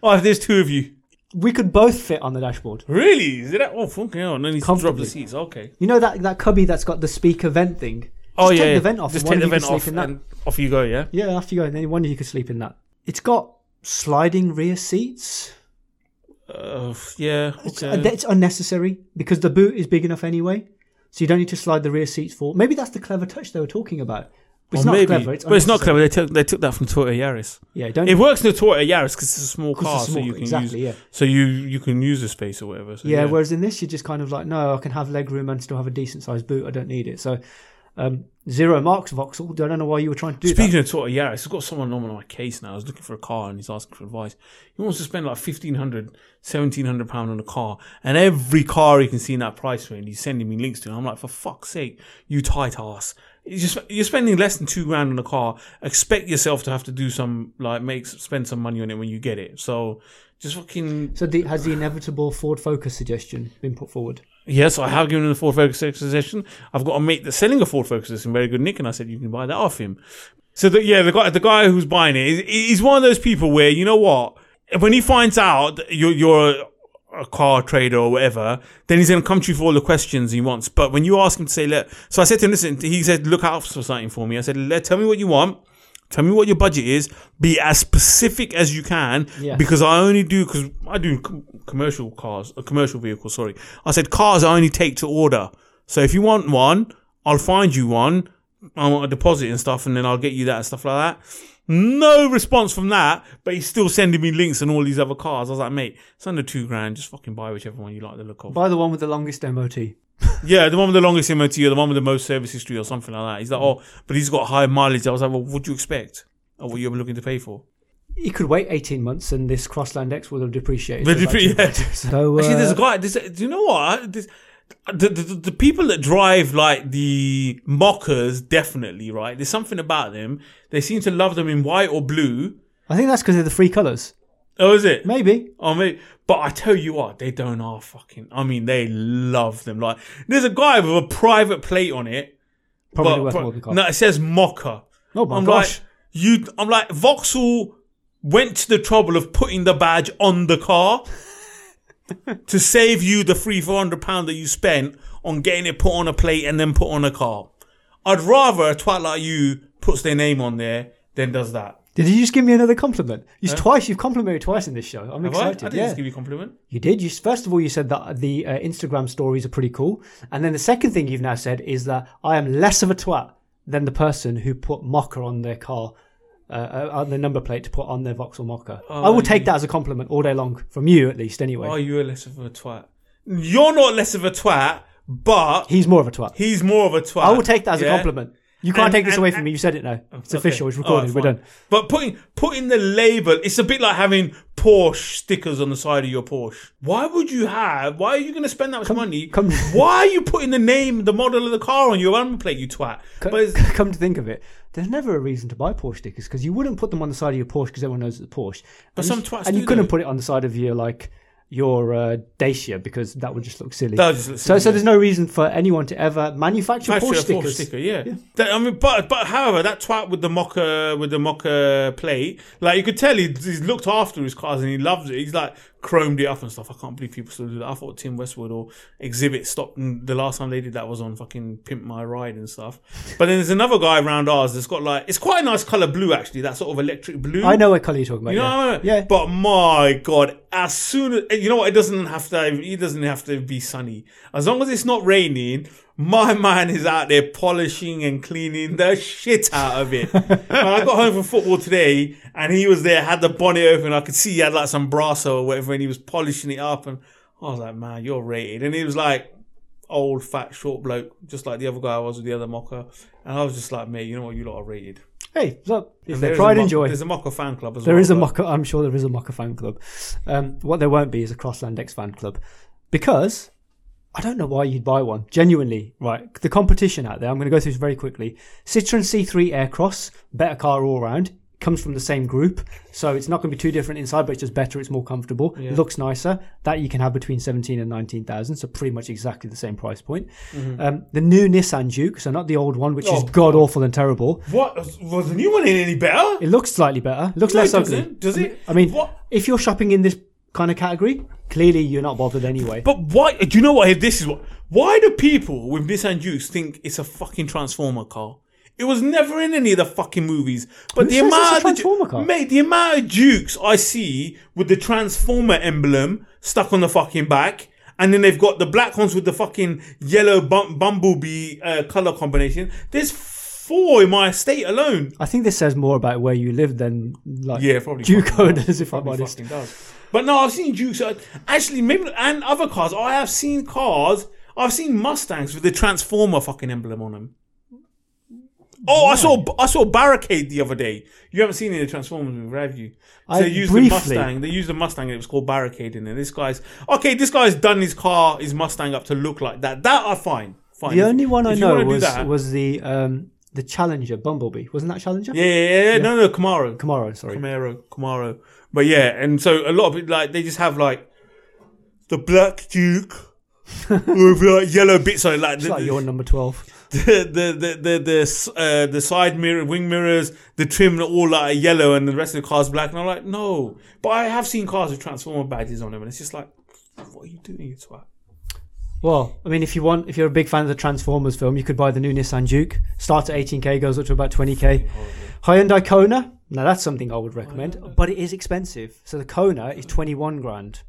oh if there's two of you.
We could both fit on the dashboard.
Really? Is it that? Oh, fucking hell. And then he's dropped
Comfortably.
the seats. Okay.
You know that that cubby that's got the speaker vent thing. Just
Oh
take
yeah,
the vent off.
Just
and one
take the
of you
vent
can
off
sleep in that.
and off you go. Yeah.
Yeah, after you go, and then wonder you could sleep in that. It's got sliding rear seats.
Uh, yeah.
It's,
Okay.
uh, that's unnecessary because the boot is big enough anyway, so you don't need to slide the rear seats for. Maybe that's the clever touch they were talking about.
Or
But it's not
maybe.
clever. It's
But it's not
unnecessary.
clever. They took they took that from Toyota Yaris.
Yeah, don't.
It works in the Toyota Yaris because it's a small
'cause
car,
it's
so
small-
you can
exactly,
use
yeah.
so you you can use the space or whatever. So,
yeah, Whereas in this, you're just kind of like, no, I can have leg room and still have a decent sized boot. I don't need it. So, um, zero marks, Vauxhall. I don't know why you were trying to do
Speaking
that.
of Toyota Yaris, I've got someone on my case now. I was looking for a car and he's asking for advice. He wants to spend like 1500 1700 pounds on a car, and every car he can see in that price range, he's sending me links to. And I'm like, for fuck's sake, you tight ass. You just, you're spending less than two grand on a car. Expect yourself to have to do some, like, make spend some money on it when you get it. So, just fucking
So, the, has the inevitable Ford Focus suggestion been put forward?
Yes, I have given him the Ford Focus suggestion. I've got a mate that's selling a Ford Focus in very good nick, and I said you can buy that off him. So the, yeah, the guy, the guy who's buying it, he- he's one of those people where you know what, when he finds out that you're you're a, a car trader or whatever, then he's going to come to you for all the questions he wants. But when you ask him to say, look, so I said to him, listen, he said, look out for something for me. I said, let tell me what you want. Tell me what your budget is. Be as specific as you can,
Yeah.
because I only do because I do com- commercial cars, uh, commercial vehicles. Sorry, I said cars. I only take to order. So if you want one, I'll find you one. I want um, a deposit and stuff, and then I'll get you that and stuff like that. No response from that, but he's still sending me links and all these other cars. I was like, mate, it's under two grand. Just fucking buy whichever one you like the look of.
By the one with the longest MOT.
Yeah, the one with the longest MOT or the one with the most service history or something like that. He's like, oh, but he's got high mileage. I was like, well, what do you expect? Or what you're looking to pay for?
It could wait 18 months and this Crossland X will have depreciated.
But
for about
if-
two
yeah.
months. So, uh,
Actually, there's a guy. There's, a- do you know what? This, the, the, the people that drive like the mockers, definitely right. There's something about them. They seem to love them in white or blue.
I think that's because they're the free colours.
Oh, is it?
Maybe.
I mean, but I tell you what, they don't are fucking. I mean, they love them. Like, there's a guy with a private plate on it,
Probably
but
worth
pro-
more than car.
no, it says mocker.
oh my
I'm
gosh.
like, you. I'm like, Vauxhall went to the trouble of putting the badge on the car to save you the three, four hundred pound that you spent on getting it put on a plate and then put on a car. I'd rather a twat like you puts their name on there than does that.
Did you just give me another compliment? You twice. You've complimented twice in this show. I'm
Have I? I
excited.
didn't
yeah,
just give you a compliment.
you did. You first of all you said that the uh, Instagram stories are pretty cool, and then the second thing you've now said is that I am less of a twat than the person who put mocker on their car. Uh, uh, on the number plate to put on their Vauxhall mocker. I will
Oh.
take that as a compliment all day long from you, at least. Anyway,
Are you a less of a twat? You're not less of a twat, but
he's more of a twat.
he's more of a twat.
I will take that as a compliment. You can't
And-
take this
and-
away from
and-
me. You said it now. It's
Okay.
official. It's recorded.
Alright,
We're
fine.
done.
But putting putting the label, it's a bit like having Porsche stickers on the side of your Porsche. Why would you have? Why are you going to spend that much money?
come-
why are you putting the name, the model of the car on your number plate, you twat?
Co-
But it's,
come to think of it, there's never a reason to buy Porsche stickers because you wouldn't put them on the side of your Porsche because everyone knows it's a Porsche. But
some twats
and you
do,
couldn't
though.
put it on the side of your like your uh, Dacia because that would just look silly.
That would just look
so,
silly,
so
yeah.
there's no reason for anyone to ever manufacture
Actually,
Porsche
a Porsche
stickers.
sticker, yeah. That- I mean, but but however, that twat with the mocker with the mocker plate, like you could tell he, he's looked after his cars and he loves it. He's like chromed it up and stuff. I can't believe people still do that. I thought Tim Westwood or Exhibit stopped. The last time they did that was on fucking Pimp My Ride and stuff. But then there's another guy around ours that's got like it's quite a nice color blue actually. That sort of electric blue.
I know what colour you're talking about.
You know
yeah.
what I mean? But my god, as soon as you know what, it doesn't have to. It doesn't have to be sunny. As long as it's not raining, my man is out there polishing and cleaning the shit out of it. and I got home from football today, and he was there, had the bonnet open. I could see he had like some brasso or whatever, and he was polishing it up. And I was like, man, you're rated. And he was like. Old fat short bloke, just like the other guy I was with the other mocker, and I was just like, mate, you know what, you lot are rated.
Hey, look, it's
And
their
there is
pride
a
and
Mocker-
joy.
There's a mocker fan club as well.
There is a
but-
mocker. I'm sure there is a mocker fan club. Um, what there won't be is a Crossland X fan club, because I don't know why you'd buy one. Genuinely, right? The competition out there. I'm going to go through this very quickly. Citroen C3 Aircross, better car all round. Comes from the same group, so it's not going to be too different inside, but it's just better. It's more comfortable. Looks nicer. That you can have between seventeen and nineteen thousand, so pretty much exactly the same price point. Um, the new Nissan Duke, so not the old one, which is
Mm-hmm. Oh.
god awful and terrible.
What was the new one ain't any better?
It looks slightly better. Looks
No,
less
it doesn't.
ugly.
Does
I
it?
mean, I mean,
What-
if you're shopping in this kind of category, clearly you're not bothered anyway.
But why? Do you know what? This is what. Why do people with Nissan Juice think it's a fucking Transformer car? It was never in any of the fucking movies. But the
says it's a
amount of the
Transformer
Ju-
car?
mate, the amount of Dukes I see with the Transformer emblem stuck on the fucking back. And then they've got the black ones with the fucking yellow bum- bumblebee uh, color combination. There's four in my estate alone.
I think this says more about where you live than like
Yeah, probably
Juco
fucking
does, if I'm
Probably
honest.
fucking does. But no, I've seen Dukes. uh, Actually, maybe and other cars. I have seen cars. I've seen Mustangs with the Transformer fucking emblem on them. Oh, I saw I saw Barricade the other day. You haven't seen any of the Transformers movie, have you? So
I-
they used
briefly.
the Mustang. They used the Mustang. and It was called Barricade in it. This guy's okay. This guy's done his car, his Mustang up to look like that. That I find fine.
The
If-
only one I
if you wanna
know
do
was
that-
was the um, the Challenger Bumblebee. Wasn't that Challenger?
yeah, yeah, yeah, yeah. No, no, Camaro.
Camaro, sorry.
Camaro, Camaro. But yeah, and so a lot of it, like they just have like the black Duke with like yellow bits on it, like, the,
It's like your number twelve.
the the the the uh, the side mirror, wing mirrors, the trim all like yellow, and the rest of the car's black. And I'm like, no. But I have seen cars with transformer badges on them, and it's just like, what are you doing, you twat?
Well, I mean, if you want, if you're a big fan of the Transformers film, you could buy the new Nissan Duke. Starts at 18k, goes up to about 20k. Hyundai Kona. Now that's something I would recommend, but it is expensive. So the Kona is 21 grand.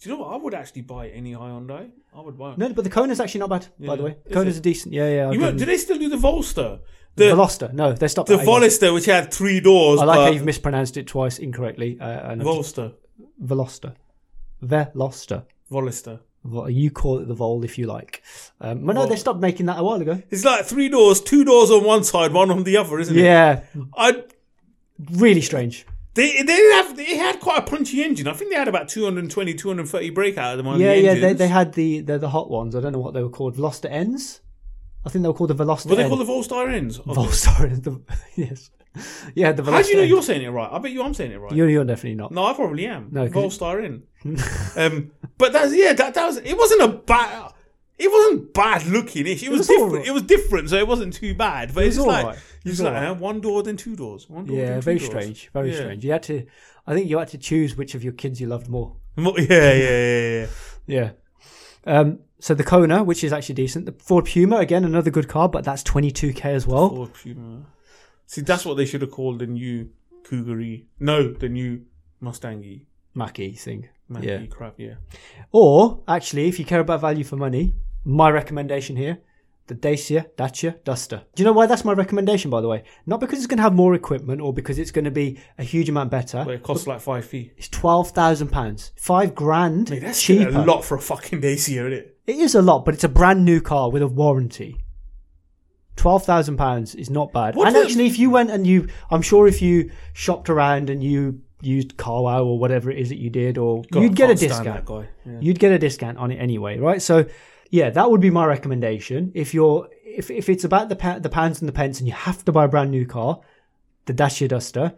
Do you know what? I would actually buy any Hyundai. I would buy.
No, but the Kona's actually not bad, by the way. Kona's a decent. Yeah, yeah. I've
you know,
driven-
do they still do the Volster?
the
The
Veloster. No, they stopped.
the
at eight.
Volister, which had three doors.
I like how
but-
you've mispronounced it twice incorrectly. Uh, and
Volster,
Veloster. Veloster.
Volister.
Vo- You call it the Vol if you like. Um, but no,
Vol-
they stopped making that a while ago.
It's like three doors, two doors on one side, one on the other, isn't it?
Yeah,
I
really strange.
they they didn't have they had quite a punchy engine. I think they had about 220, 230 brake out of them on
Yeah,
the
yeah. They,
engines.
they had the, the the hot ones. I don't know what they were called. Veloster ends. I think they were called the Veloster.
Were they
N.
called the Volstar ends? Okay.
Volstar? The, yes. Yeah, the.
How do you know
Veloster N.
you're saying it right? I bet you I'm saying it right.
You're, you're definitely not.
no, I probably am.
No, 'cause
Volstar in. um, but that's yeah, that, that was it. Wasn't a bad. It wasn't bad looking. It, it was,
was
different.
alright.
It was different, so it wasn't too bad. But it's just
was
like
alright. It
you
was
just like
alright.
eh, one door, then two doors. One door,
Yeah,
then two
very
doors.
strange. Very
Yeah.
strange. You had to. I think you had to choose which of your kids you loved more.
Mo- Yeah, yeah, yeah, yeah.
Yeah. Um, so the Kona, which is actually decent. The Ford Puma, again, another good car, but that's 22k as well.
Or Puma. See, that's what they should have called the new Cougaree. No, the new Mustangy.
Mackie thing.
Man,
Yeah.
you crap, yeah.
Or, actually, if you care about value for money, my recommendation here, the Dacia, Dacia Duster. Do you know why that's my recommendation, by the way? Not because it's going to have more equipment or because it's going to be a huge amount better.
But it costs like five feet.
It's £12,000. Five grand
Hey, that's
cheaper.
a lot for a fucking Dacia, isn't it?
It is a lot, but it's a brand new car with a warranty. Twelve thousand pounds is not bad.
What
and
the-
actually, if you went and you, I'm sure if you shopped around and you used CarWow or whatever it is that you did, or
God,
you'd
I
get a
can't stand
discount.
That guy. Yeah.
You'd get a discount on it anyway, right? So, yeah, that would be my recommendation. If you're, if if it's about the pa- the pounds and the pence, and you have to buy a brand new car, the Dacia Duster.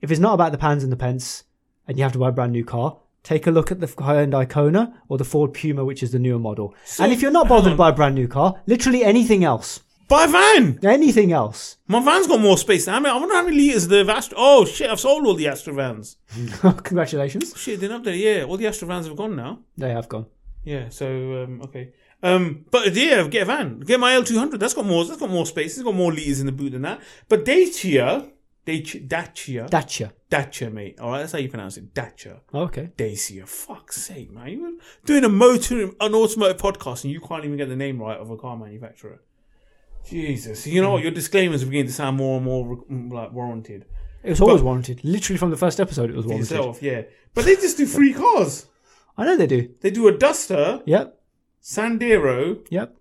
If it's not about the pounds and the pence, and you have to buy a brand new car, take a look at the Hyundai Kona or the Ford Puma, which is the newer model. and if you're not bothered by a brand new car, literally anything else.
Buy a van.
Anything else?
My van's got more space. How many, I wonder how many liters the Astro. Oh shit! I've sold all the Astro vans.
Congratulations.
Shit, they're not there. Yeah, all the Astro vans have gone now.
They have gone.
Yeah. So um, okay. Um, but yeah, get a van. Get my L two hundred. That's got more. That's got more space. It's got more liters in the boot than that. But Dacia, Dacia, Dacia,
Dacia.
Dacia, mate. All right, that's how you pronounce it. Dacia.
Oh, okay.
Dacia. Fuck's sake, man. You were doing a motor, an automotive podcast, and you can't even get the name right of a car manufacturer. Jesus. You know what? Your disclaimers are beginning to sound more and more mm, like warranted.
It was always wanted. Literally from the first episode, it was wanted.
Yourself, yeah. But they just do free cars.
I know they do.
They do a Duster,
Yep.
Sandero,
Yep.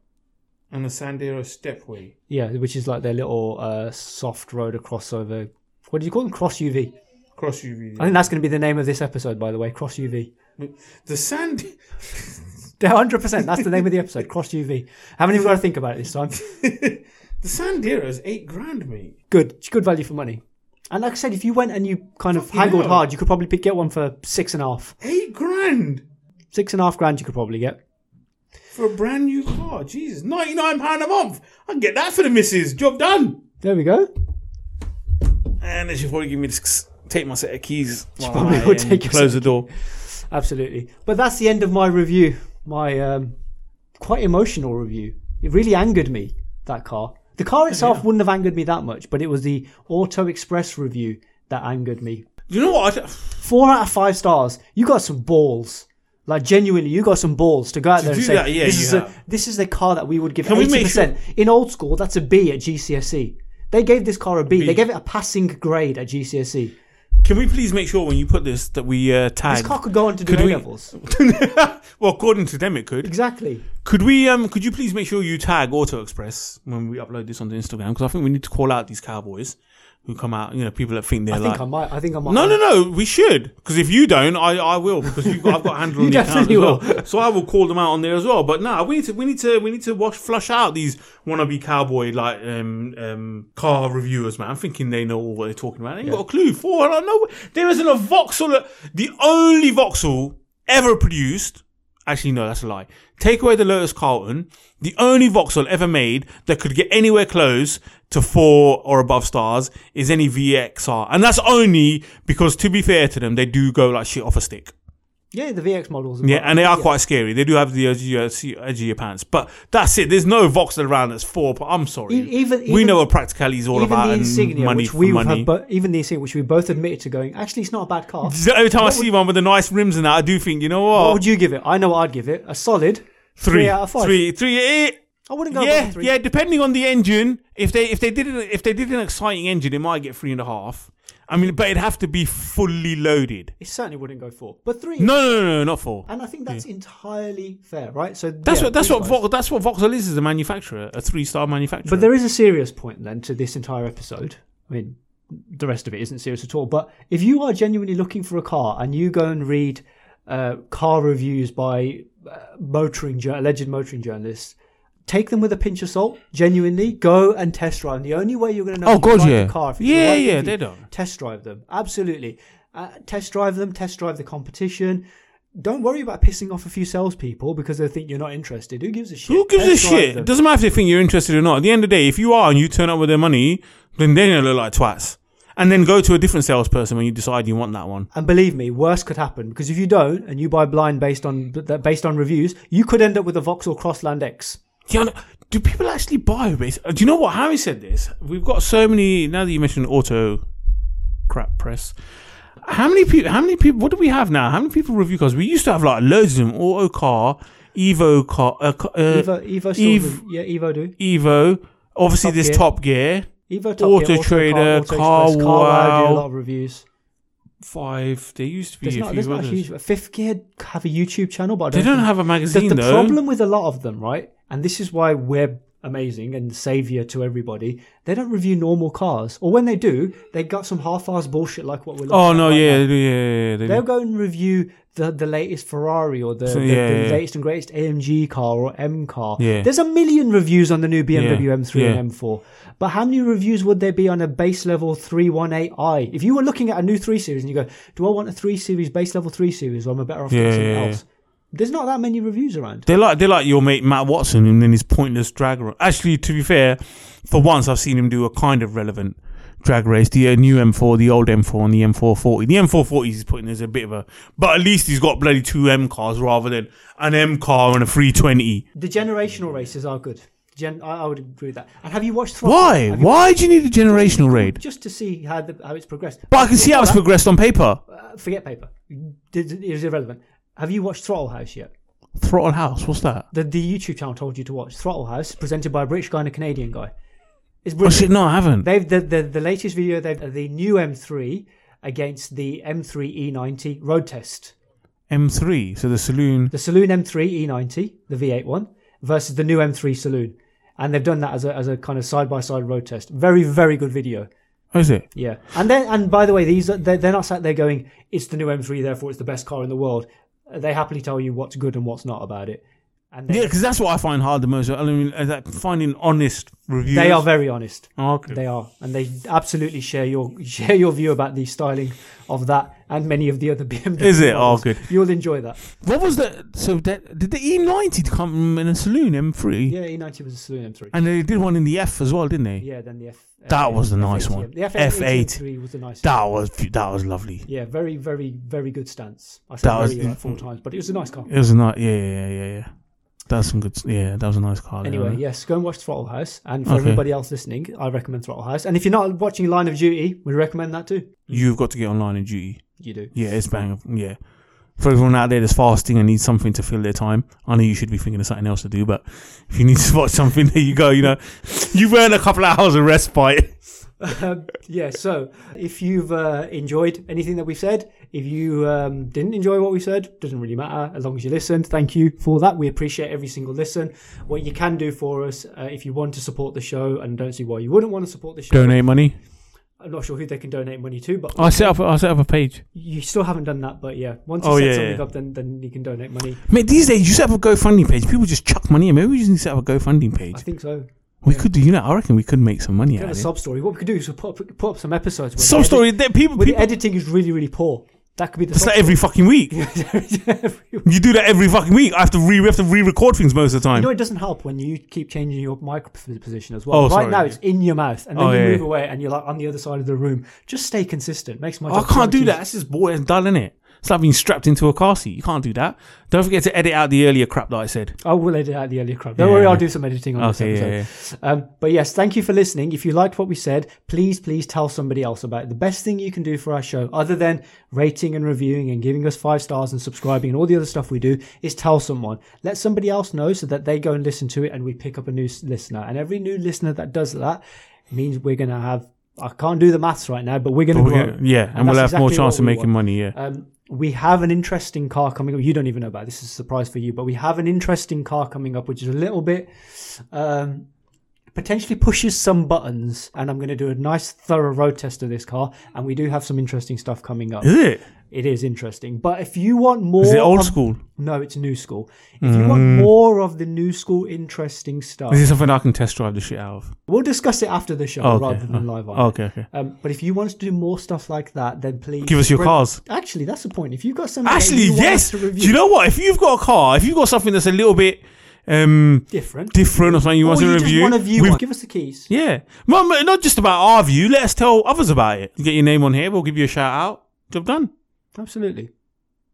and a Sandero Stepway.
Yeah, which is like their little uh, soft roader crossover. What do you call them? Cross UV.
Cross UV.
I think that's going to be the name of this episode, by the way. Cross UV.
The Sand.
100%. That's the name of the episode. Cross UV. Haven't even got to think about it this time.
The Sandero is eight grand, mate.
Good. It's good value for money. And like I said, if you went and you kind of
Fucking
haggled
hell.
hard, you could probably pick, get one for six and a half.
Eight grand
Six and a half grand you could probably get.
for a brand new car. Jesus, ninety nine pound a month. I can get that for the missus. Job done.
There we go.
And they should probably give me this. Take my set of keys. She
probably would take your
Close the door.
Absolutely. But that's the end of my review. My um, quite emotional review. It really angered me, that car. The car itself wouldn't have angered me that much, but it was the Auto Express review that angered me.
You know what? I th-
Four out of five stars. You got some balls. Like genuinely, you got some balls to go out there and
do
say,
that, yeah,
this,
you
is
have.
a, "This is the car that we would give
we
eighty
make sure-
percent." In old school, that's a B at GCSE. E. They gave this car a B. They gave it a passing grade at GCSE.
Can we please make sure when you put this that we uh, tag?
This car could go on to do
Could
A
we-
levels.
well, according to them, it could.
Exactly.
Could we? Um, could you please make sure you tag Auto Express when we upload this onto Instagram? Because I think we need to call out these cowboys who come out. You know, people that think they're
I
like.
think I might. I think I might.
no, no, no. We should because if you don't, I, I will because you've got, I've got a handle on
You
the account as
definitely
well. So I will call them out on there as well. But nah, we need to we need to we need to wash flush out these wannabe cowboy like um, um, car reviewers, man. I'm thinking they know all what they're talking about. They ain't got a clue. For I don't know. There isn't a Vauxhall. The only Vauxhall ever produced. Actually, no, that's a lie. Take away the Lotus Carlton. The only Vauxhall ever made that could get anywhere close to four or above stars is any VXR. And that's only because, to be fair to them, they do go like shit off a stick.
Yeah, the VX models.
Yeah, and they are quite scary. They do have the edge of your- edge of your pants, but that's it. There's no Vauxhall around that's four. But I'm sorry,
E- even-
we
even-
know what practicality is all
even
about
the
and
insignia,
money
which
for
we
money.
have, bo- even the insignia, which we both admitted to going. Actually, it's not a bad car.
Every time I see one with the nice rims and that, I do think, you know what?
What would you give it? I know what I'd give it. A solid three, out of five.
three, three, eight.
I wouldn't go above
Yeah,
a three.
yeah. Depending on the engine, if they if they did an, if they did an exciting engine, it might get three and a half. I mean, but it'd have to be fully loaded.
It certainly wouldn't go four, but three.
No, no, no, no not four.
And I think that's entirely fair, right? So
That's
yeah,
what that's
three
what
stars.
Vau- that's what Vauxhall is as a manufacturer, a three star manufacturer.
But there is a serious point then to this entire episode. I mean, the rest of it isn't serious at all. But if you are genuinely looking for a car and you go and read uh, car reviews by uh, motoring jour- alleged motoring journalists, take them with a pinch of salt. Genuinely, go and test drive. them. The only way you're going to know
Oh,
if you
God,
like
yeah.
the car, if it's
Yeah,
the
yeah,
right thing for you,
they don't.
test drive them. Absolutely, uh, test drive them. Test drive the competition. Don't worry about pissing off a few salespeople because they think you're not interested. Who gives a shit?
Who gives
Test
a
drive
shit?
them.
Doesn't matter if they think you're interested or not. At the end of the day, if you are and you turn up with their money, then they're gonna look like twats. And then go to a different salesperson when you decide you want that one.
And believe me, worse could happen because if you don't and you buy blind based on that based on reviews, you could end up with a Vauxhall Crossland X.
Do, you know, do people actually buy this? Do you know what Harry said this? We've got so many now that you mentioned auto crap press. How many people? How many people? What do we have now? How many people review cars? We used to have like loads of them. Auto car, Evo car, uh, ca- uh,
Evo, Evo, still
Eve-
do- yeah, Evo do.
Evo. Obviously,
Top
there's
Gear.
Top Gear.
Evo Top
Auto
Gear, Auto
Trader,
Car, Auto Express,
Car
Carwow do
Wow.
a lot of reviews.
Five. There used to be
There's
a
not,
few
there's not a
others.
huge. Fifth Gear have a YouTube channel, but I
They
don't
don't
think-
have a magazine
the, the
though.
problem with a lot of them, right? And this is why we're amazing and savior to everybody. They don't review normal cars, or when they do, they got some half-assed bullshit like what we're. looking
Oh
at
no,
right now.
yeah, they do, yeah, yeah, they do.
They'll go and review the, the latest Ferrari or the, the,
yeah,
the
yeah.
latest and greatest AMG car or M car.
Yeah.
There's a million reviews on the new BMW
Yeah,
M3
yeah.
and M4. But how many reviews would there be on a base level 318i? If you were looking at a new 3 Series and you go, do I want a 3 Series, base level 3 Series, or am I better off
Yeah,
getting something
yeah, yeah.
else? There's not that many reviews around.
They're like they're like your mate Matt Watson and then his pointless drag race. Actually, to be fair, for once I've seen him do a kind of relevant drag race. The uh, new M4, the old M4, and the M440. The M440 he's putting as a bit of a, but at least he's got bloody two M cars rather than an M car and a 320.
The generational races are good. Gen- I, I would agree with that. And have you watched Throttle?
Why?
Have you-
Why do you need a generational raid?
Just to see how the, how it's progressed.
But I can see how it's progressed on paper.
Uh, forget paper. It it is irrelevant. Have you watched Throttle House yet?
Throttle House, what's that?
The, the YouTube channel told you to watch Throttle House, presented by a British guy and a Canadian guy. It's
Oh
brilliant.
shit, no, I haven't.
They've the, the the latest video. They've the new M3 against the M3 E90 road test.
M3, so the saloon.
The saloon M3 E90, the V8 one, versus the new M3 saloon, and they've done that as a as a kind of side by side road test. Very very good video.
What is it?
Yeah, and then and by the way, these are- they're, they're not sat there going, "It's the new M3, therefore it's the best car in the world." They happily tell you what's good and what's not about it, and they,
Yeah, because that's what I find hard the most. I mean, is that finding honest reviews.
they are very honest.
Oh, okay.
They are, and they absolutely share your share your view about the styling of that and many of the other BMW.
Is it? Oh,
models.
good.
You'll enjoy that.
What was the so that did the E90 come in a saloon M3?
Yeah, E90 was a saloon M3.
And they did one in the F as well, didn't they?
yeah, then the F.
That was a nice
F80.
one.
The F80
F80.
M3 was a nice.
That was fu- that was lovely.
yeah, very, very, very good stance. I said
That was-
very like four times, but it was a nice car.
It was a nice. Yeah, yeah, yeah, yeah. That's some good. s- Yeah, that was a nice car. there,
Anyway,
wasn't it?
yes, go and watch Throttle House. And for
Okay.
everybody else listening, I recommend Throttle House. And if you're not watching Line of Duty, we recommend that too.
you've got to get online and duty.
You do.
Yeah, it's bang. Yeah. For everyone out there that's fasting and needs something to fill their time, I know you should be thinking of something else to do, but if you need to watch something, there you go. You know, you've earned a couple of hours of respite.
Um, yeah, so if you've uh, enjoyed anything that we've said, if you um, didn't enjoy what we said, doesn't really matter as long as you listened. Thank you for that. We appreciate every single listen. What you can do for us, uh, if you want to support the show and don't see why you wouldn't want to support the show,
Donate money.
I'm not sure who they can donate money to, but
I set up. I set up a page.
you still haven't done that. But yeah, once you
Oh,
set
yeah,
something
yeah.
up, then, then you can donate money.
Mate, these days you set up a GoFundMe page. People just chuck money in. Maybe we just need to set up a GoFundMe page.
I think so.
We could do, you know, I reckon we could make some money
Get
out
a
of it.
sub story. What we could do is put up, put up some episodes. where
Sub
the
story, that people,
Edit, where
people,
the editing is really, really poor. That could be the.
it's
sub
like every fucking week.
story.
You do that every fucking week. I have to re, we have to re-record things most of the
You
time.
know, it doesn't help when you keep changing your mic p- position as well.
Oh,
right
sorry,
now,
yeah.
it's in your mouth, and then
Oh,
you
yeah,
move
yeah.
away, and you're like on the other side of the room. Just stay consistent. Makes my.
Oh, I
job so
can't
much
do
easier.
that. That's just boring and dull, isn't it? It's like being strapped into a car seat. You can't do that. Don't forget to edit out the earlier crap that I said.
I will edit out the earlier crap. Don't
Yeah.
worry, I'll do some editing on
Okay,
this
yeah,
episode. Um, but yes, thank you for listening. If you liked what we said, please, please tell somebody else about it. The best thing you can do for our show, other than rating and reviewing and giving us five stars and subscribing and all the other stuff we do, is tell someone. Let somebody else know so that they go and listen to it and we pick up a new s- listener. And every new listener that does that means we're going to have. I can't do the maths right now, but we're going to
But we're
grow.
gonna- yeah, and,
that's
we'll have more
exactly
chance of
what we
making
want.
money, yeah.
Um, we have an interesting car coming up. You don't even know about it. this. is a surprise for you, but we have an interesting car coming up, which is a little bit um, potentially pushes some buttons. And I'm going to do a nice thorough road test of this car. And we do have some interesting stuff coming up.
Is it?
It is interesting, but if you want more,
Is it old
of-
school? Mm.
No, it's new school. If you want more of the new school interesting stuff,
Is it something I can test drive the shit out of?
we'll discuss it after the show
Okay. Uh-huh.
rather than live on.
Okay, okay.
Um, but if you want to do more stuff like that, then please
Give us your
bring-
cars.
Actually, that's the point. If you've got something that
Actually,
you want
yes.
us to
Do
review
you know what? If you've got a car, if you've got something that's a little bit um,
different,
different or something you want
or
to
you
review,
just want to view
we've
one. Give us the keys.
Yeah. Mum, not just about our view. Let us tell others about it. You get your name on here. We'll give you a shout out. Job done.
Absolutely.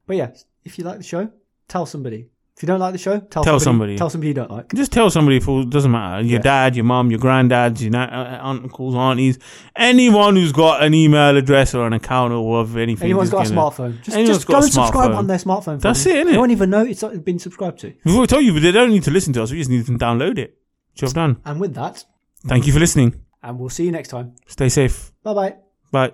But yeah, if you like the show, tell somebody. If you don't like the show, tell,
Tell somebody.
somebody. Tell somebody you don't like.
Just tell somebody. For, it doesn't matter. Your dad, your mum, your granddads, your na- uh, uncles, aunties, anyone who's got an email address or an account or whatever, anything.
Anyone's
just
got a
gonna-
smartphone, just,
Anyone's
just
got
go
a
and subscribe
smartphone.
on their smartphone. for
That's
them.
it, innit?
They won't even know it's not been subscribed to.
We've already told you, but they don't need to listen to us. We just need them to download it. Job done.
And with that,
Thank you for listening.
and we'll see you next time.
Stay safe.
Bye bye.
Bye.